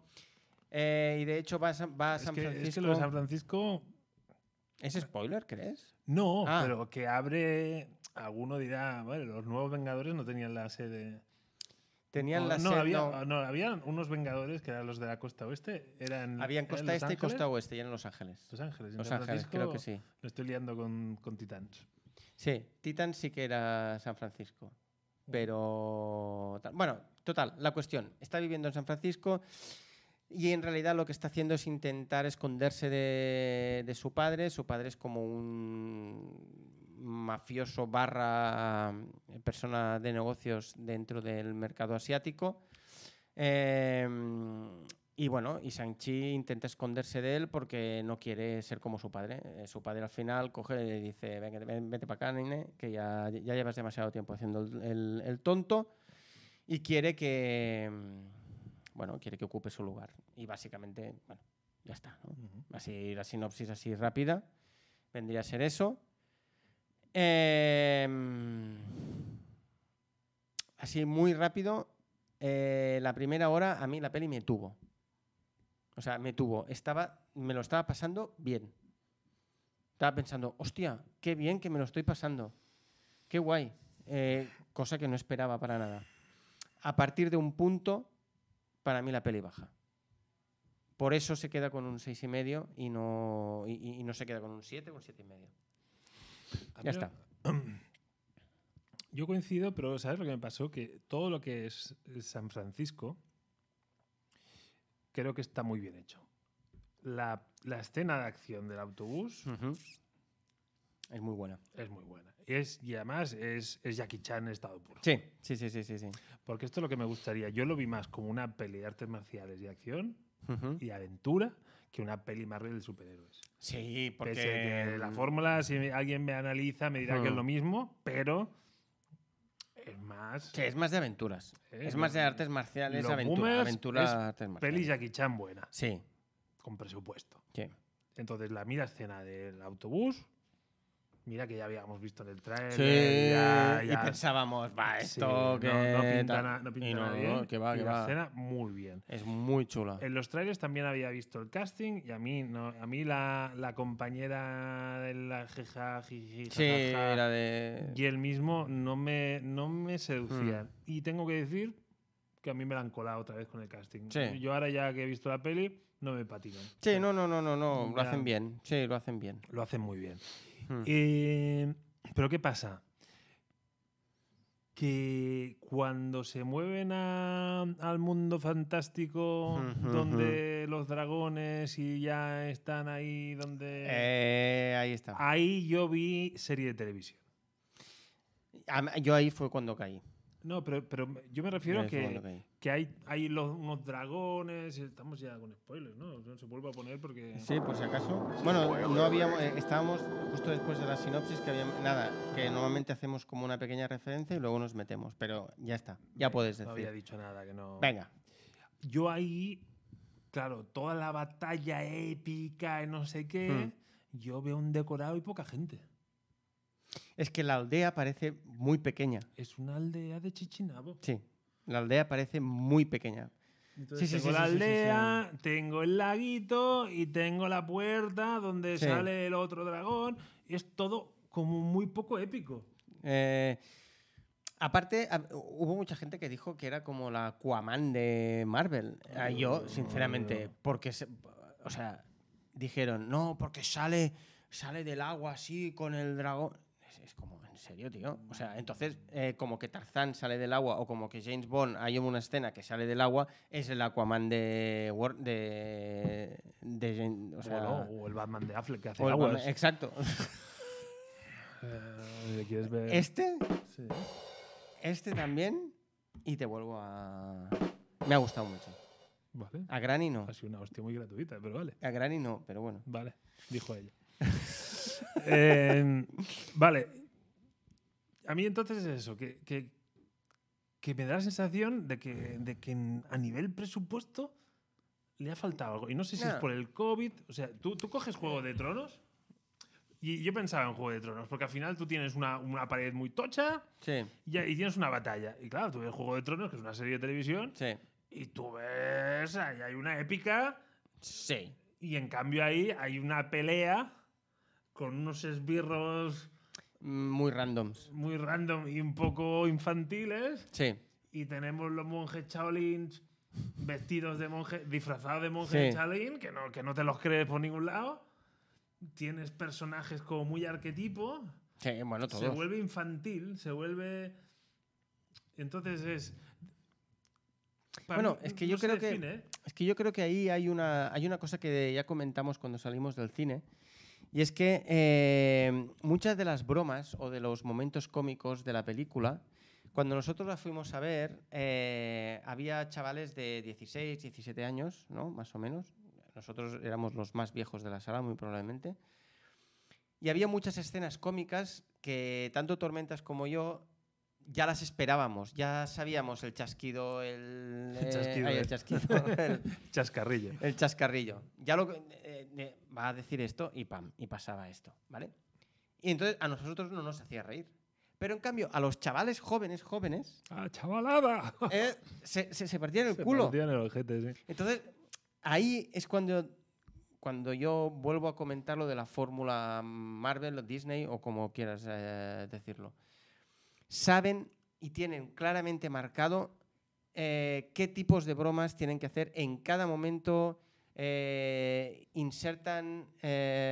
Eh, y de hecho va a San, va a
Es
San
que,
Francisco.
es que lo de San Francisco.
¿Es spoiler, crees?
No,
Ah.
pero que abre. Alguno dirá, vale, los nuevos Vengadores no tenían la sede.
Tenían
O-
la
no,
sed-
había, ah,
no,
no, había unos Vengadores que eran los de la costa oeste. Eran,
habían
eran
costa
Los
este y
Ángeles.
costa oeste, ya en Los Ángeles.
Los Ángeles. y en
Los
San
Ángeles, creo que
Francisco
sí.
Me estoy liando con, con Titans.
Sí, Titan sí que era San Francisco. Pero. tal. Bueno, total, la cuestión. Está viviendo en San Francisco y en realidad lo que está haciendo es intentar esconderse de, de su padre. Su padre es como un mafioso barra eh, persona de negocios dentro del mercado asiático. Em, y bueno, y Shang-Chi intenta esconderse de él porque no quiere ser como su padre. Eh, su padre al final coge y le dice, "Venga, ven- vete para acá, nene, que ya, ya llevas demasiado tiempo haciendo el, el- el tonto. Y quiere que, mm, bueno, quiere que ocupe su lugar. Y básicamente, bueno, ya está. ¿no? Así, la sinopsis así rápida vendría a ser eso. Em, así muy rápido, eh, la primera hora a mí la peli me tuvo. O sea, me tuvo. Estaba, me lo estaba pasando bien. Estaba pensando, hostia, qué bien que me lo estoy pasando. Qué guay. Eh, cosa que no esperaba para nada. A partir de un punto, para mí la peli baja. Por eso se queda con un 6,5 y no, y, y- y no se queda con un 7 o un 7,5.
A
Ya
mí-
está.
Yo coincido, pero ¿sabes lo que me pasó? Que todo lo que es eh, San Francisco creo que está muy bien hecho. La, la escena de acción del autobús
Ujú. Es muy buena.
es muy buena. Es, y además es, es Jackie Chan en estado puro.
Sí, sí, sí, sí, sí. sí.
Porque esto es lo que me gustaría. Yo lo vi más como una peli de artes marciales y acción
Ujú.
y aventura que una peli Marvel de superhéroes.
Sí, porque mm,
Pese a que la fórmula, si alguien me analiza, me dirá que es
Hmm.
lo mismo, pero es más.
que es más de aventuras.
Eh,
es más de
lo-
artes marciales,
lo
aventura,
boomers
aventura,
es
artes marciales.
Peli Jackie Chan buena,
Sí,
con presupuesto.
sí.
Entonces, la mira escena del autobús, mira que ya habíamos visto en el trailer.
Sí,
ya-
y
ya-
pensábamos, va,
sí,
esto
no-
que...
no, pinta,
tal".
na- no pinta
Y
nada
no,
bien.
que va,
y
que
la
va. Ah.
escena muy bien.
Es muy chula.
En los trailers también había visto el casting y a mí, no, a mí la, la compañera de la jeja, jiji,
Sí,
jajaja,
la de...
y él mismo no me, no me
Hmm.
seducían. Y tengo que decir que a mí me la han colado otra vez con el casting.
Sí.
Yo ahora ya que he visto la peli, no me patinan.
Sí, no, no, no, no, no, lo
Ya.
hacen bien. Sí, lo hacen bien.
Lo hacen muy bien.
Hmm.
Eh, Pero ¿qué pasa? Que cuando se mueven a- al mundo fantástico,
Ujú,
donde los dragones y ya están ahí, donde...
Eh, ahí está.
Ahí yo vi serie de televisión.
Am- Yo ahí fue cuando caí.
No, pero, pero yo me refiero
Ahí
a
fue
que,
cuando caí.
que hay, hay los, unos dragones, estamos ya con spoilers, ¿no? No se vuelva a poner porque...
Sí, por si acaso. Bueno, no habíamos, eh, estábamos justo después de la sinopsis que habíamos, nada, que normalmente hacemos como una pequeña referencia y luego nos metemos, pero ya está, ya puedes
No había
decir.
dicho nada, que no...
Venga.
Yo ahí, claro, toda la batalla épica y no sé qué, yo veo un decorado y poca gente.
Es que la aldea parece muy pequeña.
Es una aldea de Chichinabo.
Sí. La aldea parece muy pequeña.
Entonces
Sí, sí,
tengo
sí,
la
sí, sí, sí,
aldea, tengo el laguito y tengo la puerta donde
Sí.
sale el otro dragón. Y es todo como muy poco épico.
Eh, aparte, hab- hubo mucha gente que dijo que era como la Aquaman de Marvel. Ah, yo, sinceramente, porque. se- o sea, dijeron, no, porque sale, sale del agua así con el dragón. Es, es como, ¿en serio, tío? O sea, entonces, eh, como que Tarzán sale del agua o como que James Bond, hay una escena que sale del agua, es el Aquaman de. War- de, de Jane- o
O,
sea,
no, o el Batman de Affleck que hace
o el
aguas.
Aquaman- exacto.
Eh, ¿le quieres ver?
este.
Sí.
Este también. Y te vuelvo a. Me ha gustado mucho.
Vale.
A Granny no.
Ha sido una hostia muy gratuita, pero vale.
A Granny no, pero bueno.
Vale, dijo ella. Em, vale. A mí entonces es eso, que, que, que me da la sensación de que, de que en- a nivel presupuesto le ha faltado algo. Y no sé si es
No.
por el COVID. O sea, ¿tú, tú coges Juego de Tronos. Y yo pensaba en Juego de Tronos, porque al final tú tienes una, una pared muy tocha
Sí,
y, y tienes una batalla. Y claro, tú ves Juego de Tronos, que es una serie de televisión,
sí.
y tú ves, ahí hay una épica
Sí.
y en cambio ahí hay una pelea con unos esbirros
Mm, Muy randoms.
muy random y un poco infantiles.
Sí.
Y tenemos los monjes Shaolin vestidos de monje, disfrazados de monjes
Sí.
Shaolin, que no, que no te los crees por ningún lado. Tienes personajes como muy arquetipo.
Sí, bueno,
Se
todos.
vuelve infantil, se vuelve... Entonces es... Para
Bueno,
mí
es que yo
se
creo que-
define, ¿eh?
Es que yo creo que ahí hay una, hay una cosa que ya comentamos cuando salimos del cine. Y es que eh, muchas de las bromas o de los momentos cómicos de la película, cuando nosotros la fuimos a ver, eh, había chavales de 16, 17 años, ¿no? Más o menos. Nosotros éramos los más viejos de la sala, muy probablemente. Y había muchas escenas cómicas que tanto Tormentas como yo ya las esperábamos, ya sabíamos el chasquido, el,
El
eh,
chasquido,
ay, el
eh.
chasquido, el-
Chascarrillo.
el chascarrillo. Ya lo que- eh, eh, va a decir esto y pam, y pasaba esto, ¿vale? Y entonces a nosotros no nos hacía reír. Pero en cambio, a los chavales jóvenes, jóvenes,
¡Ah, chavalada!
eh, se, se, se partían el
Se
culo.
partían el ojete, sí.
Entonces, ahí es cuando, cuando yo vuelvo a comentar lo de la fórmula Marvel o Disney o como quieras eh, decirlo. Saben y tienen claramente marcado eh, qué tipos de bromas tienen que hacer en cada momento, eh, insertan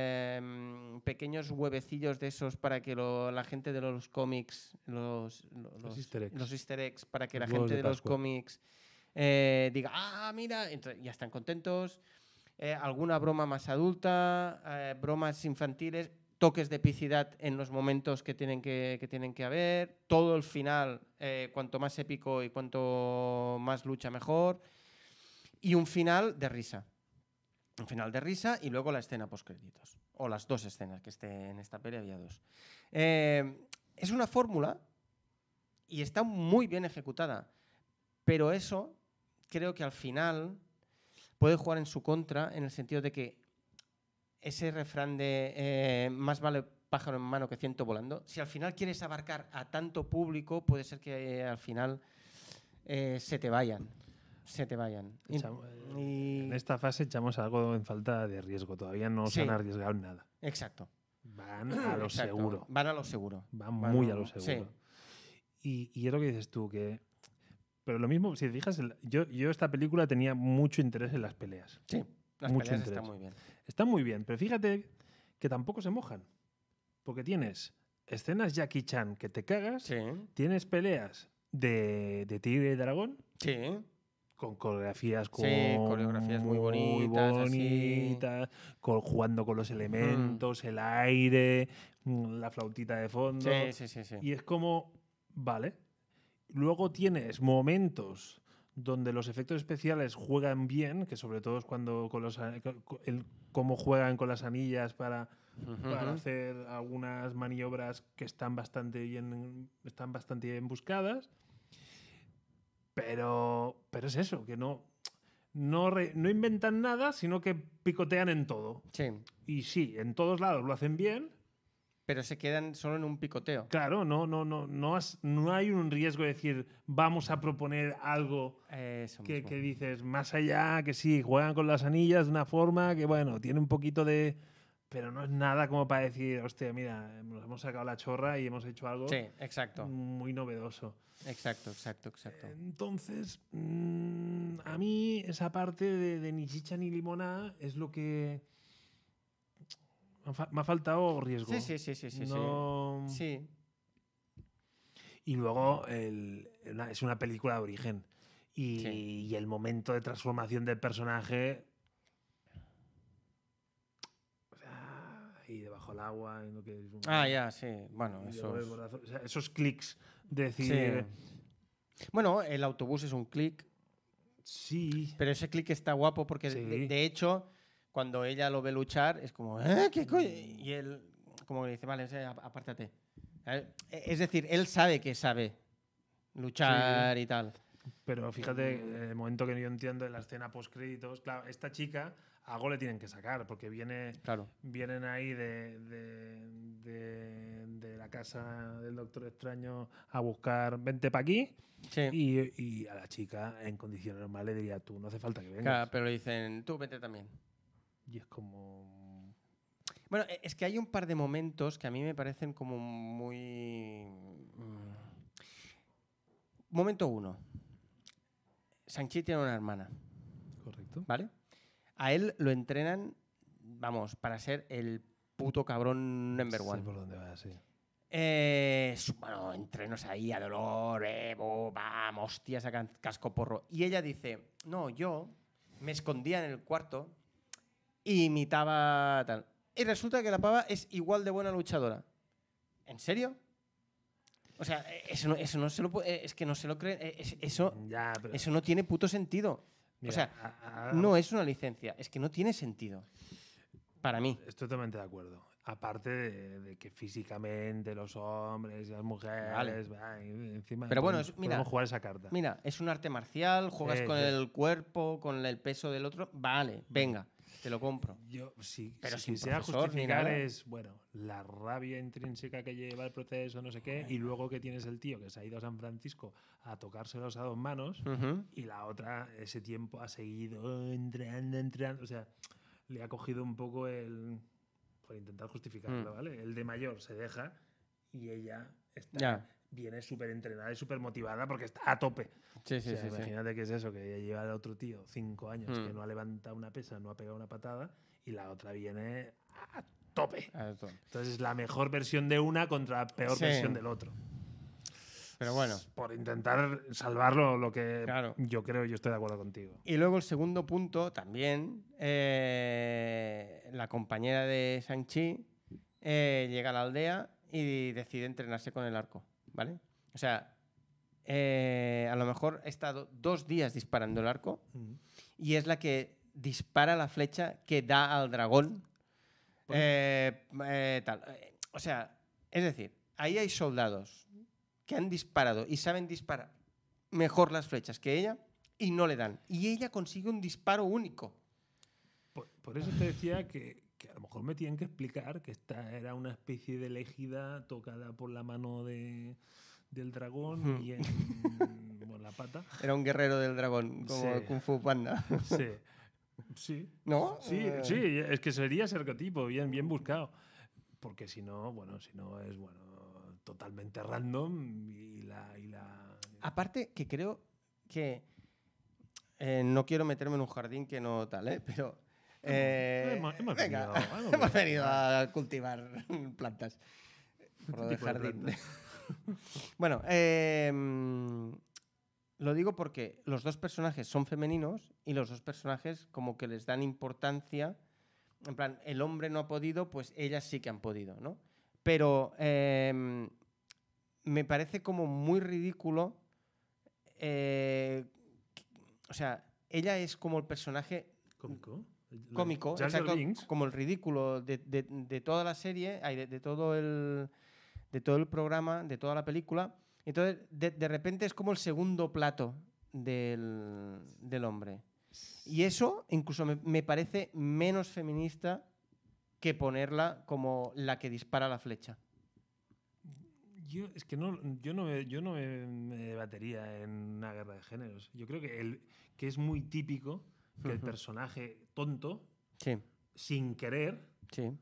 em, pequeños huevecillos de esos para que lo- la gente de los cómics, los, lo- los,
easter eggs.
los easter eggs, para que
Los
la
huevos
gente
de
de los
Pascua.
cómics eh, diga, ah, mira, entra- ya están contentos. Eh, alguna broma más adulta, eh, bromas infantiles, toques de epicidad en los momentos que tienen que, que tienen que haber, todo el final, eh, cuanto más épico y cuanto más lucha mejor, y un final de risa. Un final de risa y luego la escena postcréditos. O las dos escenas, que esté en esta peli había dos. Eh, es una fórmula y está muy bien ejecutada, pero eso creo que al final puede jugar en su contra en el sentido de que ese refrán de eh, más vale pájaro en mano que ciento volando, si al final quieres abarcar a tanto público, puede ser que eh, al final eh, se te vayan. Se te vayan. Y-
Echamos-
y-
En este esta fase echamos algo en falta de riesgo. Todavía no se
Sí.
han arriesgado en nada.
Exacto.
Van a lo
exacto.
seguro.
Van a lo seguro.
Van
Van
muy
a
a lo
lo-
seguro. Y, y es lo que dices tú, que... Pero lo mismo, si te fijas, el- yo, yo esta película tenía mucho interés en las peleas.
Sí. Las
Mucho
peleas
interés.
están muy bien.
Está muy bien, pero fíjate que tampoco se mojan. Porque tienes escenas Jackie Chan que te cagas,
Sí.
tienes peleas de, de tigre y dragón,
Sí.
con coreografías con
coreografías muy bonitas, así.
bonitas, con- jugando con los elementos, el aire, mm, la flautita de fondo.
Sí, sí, sí, sí.
Y es como, vale. Luego tienes momentos donde los efectos especiales juegan bien, que sobre todo es cuando con los a- co- co- el, cómo juegan con las anillas para, para
Ujú.
hacer algunas maniobras que están bastante bien, están bastante bien buscadas. Pero, pero es eso, que no, no, re- no inventan nada, sino que picotean en todo.
Sí.
Y sí, en todos lados lo hacen bien,
Pero se quedan solo en un picoteo.
Claro, no, no, no, no, has- no hay un riesgo de decir vamos a proponer algo
Eso
que,
mismo.
que dices más allá, que sí, juegan con las anillas de una forma que, bueno, tiene un poquito de. Pero no es nada como para decir, hostia, mira, nos hemos sacado la chorra y hemos hecho algo
Sí, exacto.
muy novedoso.
Exacto, exacto, exacto.
eh, Entonces, mm, a mí esa parte de, de ni chicha ni limonada es lo que. Me ha fa- me ha faltado riesgo.
Sí, sí, sí, sí, sí. sí.
No-
Sí,
Y luego el- una- es una película de origen. Y,
Sí.
y el momento de transformación del personaje. o sea, ahí debajo del agua. en lo que es un-
Ah, ya, sí. Bueno,
y
eso
luego el
es-
corazón, o sea, esos clics de
sí.
decir.
Bueno, el autobús es un clic,
Sí.
pero ese clic está guapo porque, de- de,
Sí.
de hecho, cuando ella lo ve luchar, es como, ¿eh? ¿Qué coño? Y él, como le dice, vale, o sea, ap- apártate. Eh, Es decir, él sabe que sabe luchar y tal.
Pero fíjate, el momento que yo entiendo en la escena post créditos, claro, esta chica algo le tienen que sacar, porque viene.
Claro.
vienen ahí de, de, de- de la casa del Doctor Extraño a buscar vente para aquí
Sí.
y, y a la chica en condiciones normales diría tú no hace falta que vengas
Claro, pero le dicen, tú vete también.
y es como
Bueno, e- es que hay un par de momentos que a mí me parecen como muy... mm. Momento uno. Sanchi tiene una hermana,
correcto
¿vale? A él lo entrenan, vamos, para ser el puto cabrón number
Sé
one.
por dónde va sí
Eh, su- bueno, entrenos ahí a dolor, eh, bo, bam, hostias a can- casco porro. Y ella dice, no, yo me escondía en el cuarto e imitaba tal. Y resulta que la pava es igual de buena luchadora. ¿En serio? O sea, eh, eso no, eso no se lo pu- eh, es que no se lo creen. eh, es- Eso,
Mm, ya pero
eso no tiene puto sentido.
mira,
sea,
a- a-
No es una licencia, es que no tiene sentido. Para mí.
estoy totalmente de acuerdo aparte de, de que físicamente los hombres y las mujeres va, y encima
Pero bueno,
podemos-
es- mira,
podemos jugar esa carta
Mira, es un arte marcial, juegas
Sí,
con
sí.
el cuerpo, con el peso del otro. Vale, venga, te lo compro.
Yo, sí,
Pero
si
sin
quisiera
profesor ni
justificar
nada.
es, bueno, la rabia intrínseca que lleva el proceso, no sé qué, y luego que tienes el tío que se ha ido a San Francisco a tocárselos a dos manos,
Ujú.
y la otra ese tiempo ha seguido "Oh, entrando, entrando, o sea, le ha cogido un poco el, por intentar justificarlo,
Mm.
¿vale? El de mayor se deja y ella está
Ya.
viene súper entrenada y súper motivada porque está a tope.
Sí,
O
sí,
sea,
sí, sí.
imagínate que es eso, que ya lleva el otro tío cinco años que
Mm.
no ha levantado una pesa, no ha pegado una patada, y la otra viene a tope.
Ah, esto.
Entonces es la mejor versión de una contra la peor
Sí.
versión del otro.
Pero bueno.
Por intentar salvarlo, lo que
Claro.
yo creo, yo estoy de acuerdo contigo.
Y luego el segundo punto también, eh, la compañera de Shang-Chi eh, llega a la aldea y decide entrenarse con el arco, ¿vale? O sea, eh, a lo mejor ha estado dos días disparando el arco y es la que dispara la flecha que da al dragón. Eh, eh, tal. Eh, O sea, es decir, ahí hay soldados que han disparado y saben disparar mejor las flechas que ella y no le dan. Y ella consigue un disparo único.
Por, por eso te decía que, que a lo mejor me tienen que explicar que esta era una especie de elegida tocada por la mano de, del dragón y en bueno, la pata.
Era un guerrero del dragón, como
Sí.
Kung Fu Panda.
Sí. Sí.
¿No?
Sí,
Eh,
sí, es que sería ese arquetipo, bien, bien buscado. Porque si no, bueno, si no es bueno totalmente random y la. Y la
Aparte que creo que eh, no quiero meterme en un jardín que no tal, ¿eh? Pero eh,
hemos- hemos
venga,
venido- hemos
hemos
venido
venido a cultivar plantas por lo del
Este tipo de
jardín.
planta.
bueno, eh, mm, lo digo porque los dos personajes son femeninos y los dos personajes como que les dan importancia. En plan, el hombre no ha podido, pues ellas sí que han podido, ¿no? Pero em, me parece como muy ridículo. eh, o sea, ella es como el personaje
¿Cómico? La-
cómico,
Jar Jar
exacto,
Binks.
como el ridículo de, de- de toda la serie, ay, de, de todo el, de todo el programa, de toda la película. Entonces, de, de repente es como el segundo plato del, del hombre. Y eso incluso me, me parece menos feminista que ponerla como la que dispara la flecha.
Yo, es que no, yo no, me, yo no me, me debatería en una guerra de géneros. Yo creo que, el, que es muy típico que el
Ujú.
personaje tonto,
Sí,
sin querer,
sí.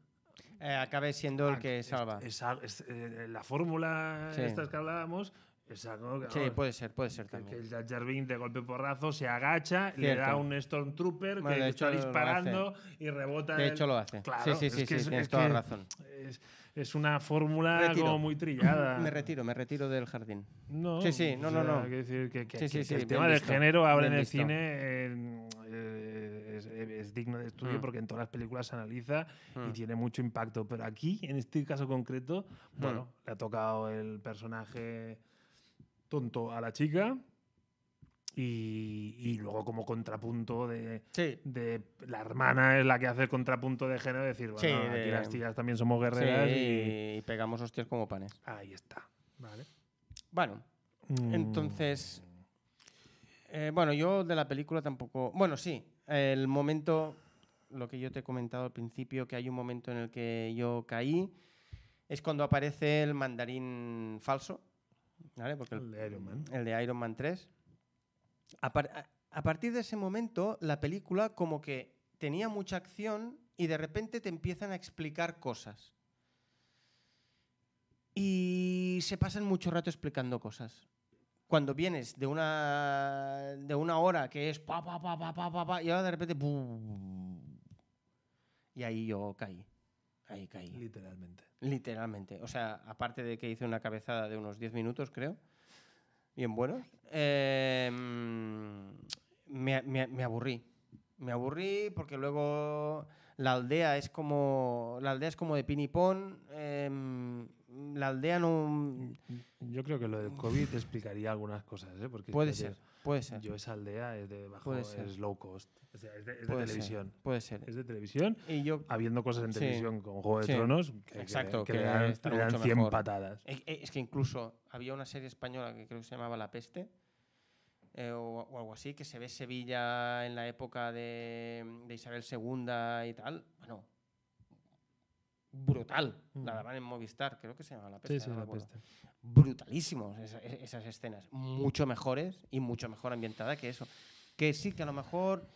Eh, acabe siendo el
ac-
que
Ah, es-
salva.
es al- es, eh, la fórmula
Sí.
estas que hablábamos es algo que,
sí,
vamos,
puede ser, puede ser
que, que
también.
el Jar Jar Binks de golpe porrazo se agacha, le da
Cierto.
un Stormtrooper
Bueno,
que
de
está
hecho lo
disparando y rebota.
De
el-
hecho, lo hace.
Claro,
sí, sí,
es
sí,
que
sí,
es-
tienes
es
toda
que-
la razón.
Es, es una fórmula
Retiro.
como muy trillada.
Me retiro, me retiro del jardín.
No,
Sí, sí, no, no, no.
quiero decir que, que-
Sí, sí,
que
sí,
el
bien
tema del
visto,
género ahora
bien
en el
visto.
cine eh, eh, es, es digno de estudio
Mm.
porque en todas las películas se analiza y
Mm.
tiene mucho impacto. Pero aquí, en este caso concreto, bueno, le ha tocado el personaje tonto a la chica y, y luego como contrapunto de,
Sí,
de la hermana es la que hace el contrapunto de género, decir, bueno,
Sí,
aquí
de-
las tías también somos
Sí,
guerreras y
y... pegamos hostias como panes.
ahí está. Vale.
Bueno,
Mm.
Entonces, eh, bueno, yo de la película tampoco. Bueno, sí, el momento, lo que yo te he comentado al principio, que hay un momento en el que yo caí, es cuando aparece el mandarín falso, ¿vale? Porque el,
Mm, El de Iron Man.
el de Iron Man 3. A, par- a- a partir de ese momento, la película como que tenía mucha acción y de repente te empiezan a explicar cosas. Y se pasan mucho rato explicando cosas. Cuando vienes de una, de una hora que es pa, pa, pa, pa, pa, pa, pa, y ahora de repente... bu- Y ahí yo caí. Ahí caí.
Literalmente.
Literalmente. O sea, aparte de que hice una cabezada de unos 10 minutos, creo. Bien bueno. eh, mm, me, me- me aburrí. Me aburrí porque luego la aldea es como. La aldea es como de pin y pon. em, la aldea no.
Yo creo que lo del COVID te explicaría algunas cosas, ¿eh? Porque
Puede
quiero
ser,
decir,
puede ser.
Yo esa aldea es de bajo,
Puede ser.
es low cost. O sea, es de, es de
puede ser,
televisión.
puede ser.
Es de televisión,
Y yo.
habiendo cosas en
Sí.
televisión con Juego de
Sí.
Tronos que- que, le-
Exacto,
que
que
le dan,
está
le dan
mucho
100
mejor.
patadas.
Eh, eh, Es que incluso había una serie española que creo que se llamaba La Peste eh, o, o algo así, que se ve Sevilla en la época de, de Isabel II y tal. Bueno, brutal. La
Mm.
daban en Movistar, creo que se llamaba La Peste.
Sí, sí, la
no me acuerdo.
peste.
Brutalísimos esa- e- esas escenas. Mucho mejores y mucho mejor ambientada que eso. Que sí, que a lo mejor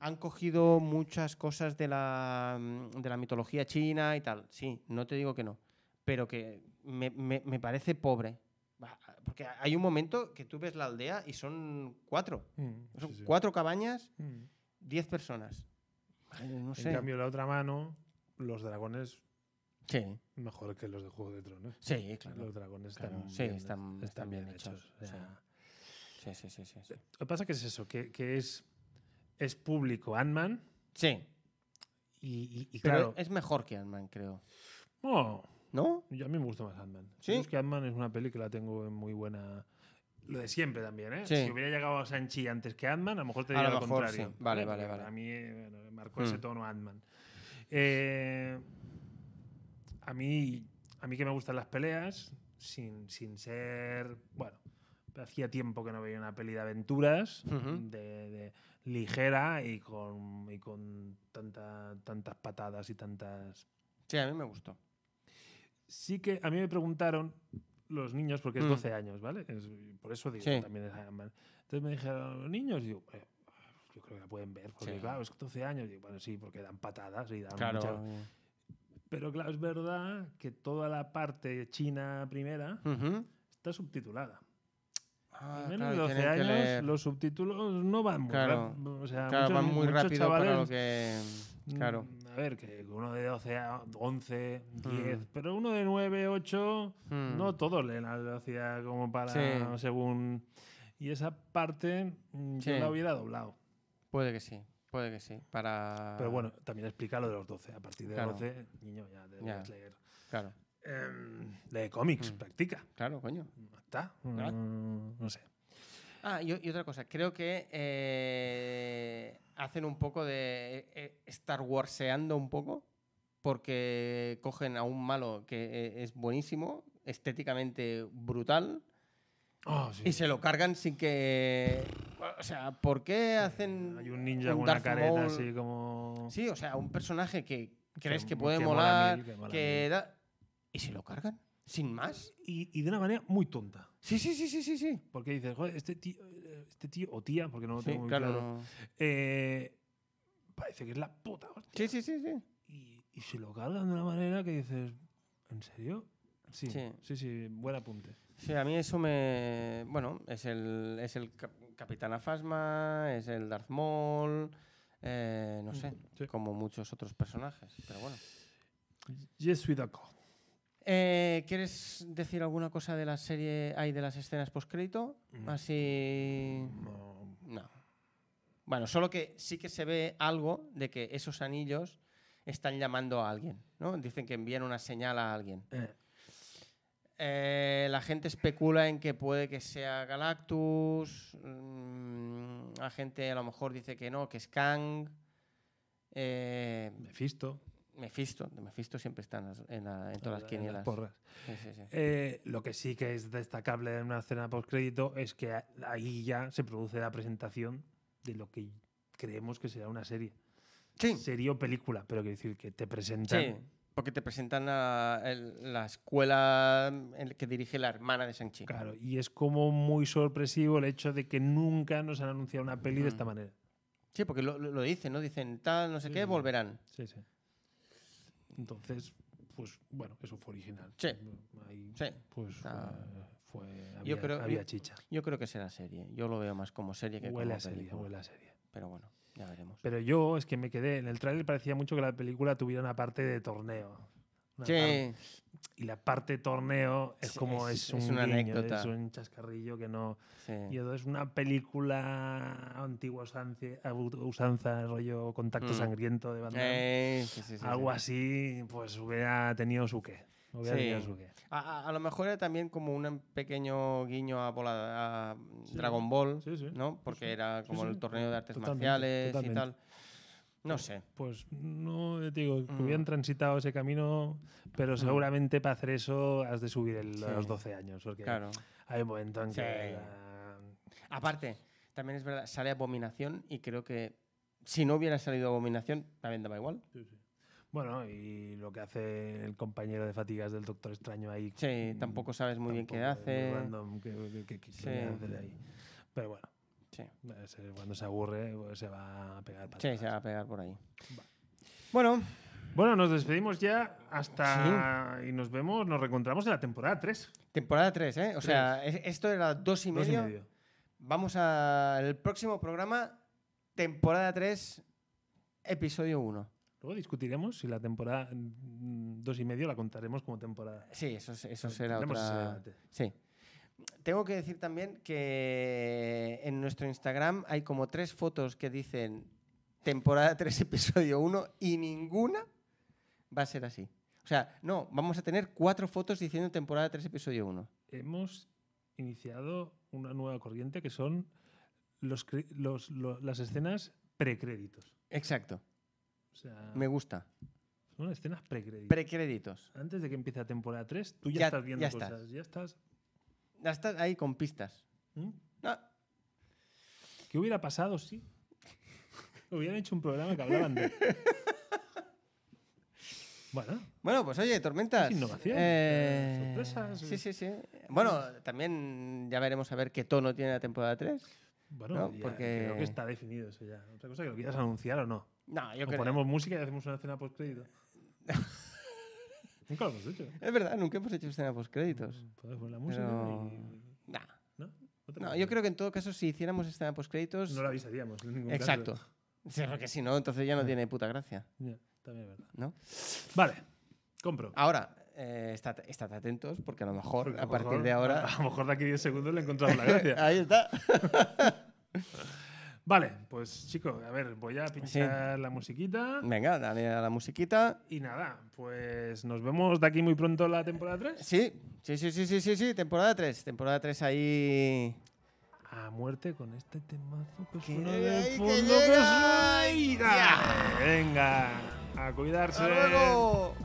han cogido muchas cosas de la, mm, de la mitología china y tal. Sí, no te digo que no. Pero que me, me- me parece pobre. ¿vale? Va, Porque hay un momento que tú ves la aldea y son cuatro.
Mm,
Son
sí, sí.
cuatro cabañas,
Mm.
diez personas. Ay, No sé.
En cambio, la otra mano, los dragones
sí,
mejor que los de Juego de Tronos.
sí, claro.
Los dragones
Claro,
están,
sí,
bien,
están- están bien hechos,
o sea,
Sí, sí, sí, sí. Sí.
Lo que pasa que es eso, que, que es, es público Ant-Man
Sí,
y, y- y
pero
claro...
es mejor que Ant-Man, creo.
Oh,
¿No?
yo a mí me gusta más Ant-Man.
¿Sí?
Yo Es que Ant-Man es una peli que la tengo en muy buena... Lo de siempre también, ¿eh?
Sí.
Si hubiera llegado a Sanchi antes que Ant-Man, a lo mejor te
A
diría
lo
lo,
mejor
contrario.
sí. Vale,
¿eh?
vale,
Porque
vale.
A mí eh, bueno, marcó
Mm.
ese tono Ant-Man. Eh, a mí, a mí que me gustan las peleas, sin, sin ser. Bueno, hacía tiempo que no veía una peli de aventuras,
Ujú.
de, de ligera y con, y con tanta- tantas patadas y tantas.
Sí, a mí me gustó.
Sí que a mí me preguntaron los niños, porque es
Mm.
12 años, ¿vale? Es- por eso digo,
Sí.
también es Iron Man. Entonces me dijeron, los niños, digo, "Eh, yo creo que la pueden ver, porque
Sí.
claro, es 12 años, digo, bueno, sí, porque dan patadas y dan
Claro.
mucha- Pero claro, es verdad que toda la parte china primera
Ujú.
está subtitulada.
Ah,
Al menos
claro,
de 12
tienen que
años,
leer.
los subtítulos no van muy
Claro.
rápido. O sea,
Claro,
muchos-
van muy
muchos
rápido para lo
chavales,
que. Claro.
mm, A ver, que uno de 12, a 11,
Mm.
10, pero uno de 9, 8,
Mm.
no todos leen a la velocidad como para
Sí.
según... Y esa parte mm, yo
Sí.
la hubiera doblado.
Puede que sí, puede que sí. Para.
Pero bueno, también explica lo de los 12. A partir de
Ah. Claro.
12, niño, ya debes leer.
Claro,
Em, lee cómics,
Mm.
practica.
claro, coño.
Ya Está.
Claro.
Mm, no sé.
Ah, y, o- y otra cosa, creo que eh, hacen un poco de eh, Star Warseando un poco, porque cogen a un malo que eh, es buenísimo, estéticamente brutal,
Oh, sí.
y se lo cargan sin que... O sea, ¿por qué hacen...
Hay un ninja
un
con una
Darth
careta
Maul?
así como...
Sí, o sea, un personaje que crees que,
que
puede
mola
molar,
mil, que mola
que
mil.
da- ¿Y se lo cargan? ¿Sin más?
Y, y de una manera muy tonta.
Sí, sí, sí, sí, sí, sí.
Porque dices, "Joder, este tío, eh, este tío o tía, porque no lo
Sí,
tengo muy
claro.
claro, eh, parece que es la puta hostia.
Sí, sí, sí, sí.
Y, y se lo cargan de una manera que dices, ¿en serio? Sí,
Sí.
sí, sí, buen apunte.
Sí, a mí eso me. Bueno, es el, es el cap- Capitán Afasma, es el Darth Maul, eh, no sé,
Mm, sí.
como muchos otros personajes, pero bueno.
Yes, suis d'accord.
Eh, ¿Quieres decir alguna cosa de la serie, hay de las escenas postcrito?
Mm.
Así.
No,
No. Bueno, solo que sí que se ve algo de que esos anillos están llamando a alguien, ¿no? Dicen que envían una señal a alguien.
eh,
Eh, la gente especula en que puede que sea Galactus. mm, la gente a lo mejor dice que no, que es Kang. eh,
Mephisto.
Mephisto. De Mephisto siempre están en, las- en la- en todas las
en
quinielas.
porras.
Sí, sí, sí.
Eh, lo que sí que es destacable en una escena postcrédito es que a- ahí ya se produce la presentación de lo que creemos que será una serie.
Sí,
Serie o película, pero quiero decir que te presentan.
sí, Porque te presentan a el- la escuela en- que dirige la hermana de Shang-Chi.
Claro, y es como muy sorpresivo el hecho de que nunca nos han anunciado una peli de esta
Mm.
manera.
Sí, porque lo, lo- lo dicen, ¿no? Dicen tal, no sé
Sí,
qué,
sí.
volverán.
Sí, sí. Entonces, pues bueno, eso fue original.
Sí.
Ahí,
Sí.
Pues fue,
Ah.
fue-
Yo
había,
creo-
había chicha.
Yo creo que será serie. Yo lo veo más como serie que
Huele
como
a serie,
película.
huele a serie.
Pero bueno, ya veremos.
Pero yo es que me quedé. En el tráiler parecía mucho que la película tuviera una parte de torneo. Una par-
Sí,
Y la parte torneo es
Sí,
como
es-
es,
es
un
una
guiño,
anécdota.
es un chascarrillo que no.
sí. Eh,
Y entonces una película a antigua usanci- a ut- usanza, rollo contacto
Mm.
sangriento de banda.
Eh, sí, sí, sí,
algo
sí.
así, pues hubiera tenido su qué. Hubiera
Sí.
tenido su qué.
A, a- a lo mejor era también como un pequeño guiño a, bola- a
Sí.
Dragon Ball,
Sí, sí.
¿no? Porque
sí.
era
Sí,
como el
sí.
torneo de artes
Totalmente,
marciales y
totalmente.
tal. No sé.
Pues no, ya te digo, que
Mm.
hubieran transitado ese camino, pero seguramente para hacer eso has de subir el, a los
Sí.
12 años. Porque
Claro.
Hay un momento en
Sí.
que. la-
Aparte, también es verdad, sale Abominación y creo que si no hubiera salido Abominación, también daba igual.
Bueno, y lo que hace el compañero de fatigas del Doctor Extraño ahí.
Sí,
mm,
tampoco sabes muy bien qué
tampoco es muy
hace.
random qué- qué- qué- qué
Sí.
quiere hacer ahí. Pero bueno,
Sí.
ese- cuando se aburre pues, se va a pegar.
Sí,
patadas.
se va a pegar por ahí.
Va.
Bueno,
Bueno, nos despedimos ya hasta. Y nos vemos, nos reencontramos en la temporada 3.
Temporada 3, ¿eh? O sea, es- esto era dos y
Dos
medio.
y medio.
Vamos al próximo programa, temporada 3, episodio 1.
Luego discutiremos si la temporada 2 y medio la contaremos como temporada.
Sí, eso, es- eso será
Tendremos Pues ese
otra...
debate.
Sí. Tengo que decir también que en nuestro Instagram hay como tres fotos que dicen temporada 3, episodio 1 y ninguna va a ser así. O sea, no, vamos a tener cuatro fotos diciendo temporada 3, episodio 1.
Hemos iniciado una nueva corriente que son los, cre- los- lo- las escenas precréditos.
Exacto,
O sea,
me gusta.
son escenas precréditos.
Precréditos.
Antes de que empiece la temporada 3, tú ya,
Ya-
estás viendo
ya
cosas.
estás.
Ya estás.
Ya estás ahí con pistas.
¿Mm?
No,
¿Qué hubiera pasado si hubieran hecho un programa que hablaban de. Bueno,
Bueno, pues oye, tormentas.
Es innovación, eh, sorpresas,
Sí,
eh.
sí, sí. Bueno, también ya veremos a ver qué tono tiene la temporada 3.
bueno
No,
ya
porque-
creo que está definido eso ya. Otra cosa que lo quieras anunciar o no.
No, yo
O
creo.
ponemos música y hacemos una escena post crédito. Nunca lo hemos hecho.
Es verdad, nunca hemos hecho escena post créditos.
Podemos poner la música
Pero-
y.
Nah.
¿No? te
No,
preocupes.
yo creo que en todo caso, si hiciéramos escena post créditos.
No la avisaríamos en ningún caso. Ah.
Exacto. Sí, porque si no, entonces ya no tiene puta gracia.
Ya, también es verdad.
¿no?
Vale, compro.
Ahora, eh, estad, estad atentos porque a lo mejor
Porque
a partir
mejor-
de ahora.
A lo mejor de aquí 10 segundos le encontramos la gracia.
Ahí está.
vale, pues chico, a ver, voy a pinchar la musiquita.
Venga, dale a la musiquita.
Y nada, pues nos vemos de aquí muy pronto la temporada 3.
Sí, sí, sí, sí, sí, sí, sí. temporada 3. Temporada 3 ahí.
A muerte con este temazo que
Que
suena
llega
de
y que
fondo, que
llega.
suena- ¡Ay, dale! Venga, a cuidarse.
¡Hasta luego!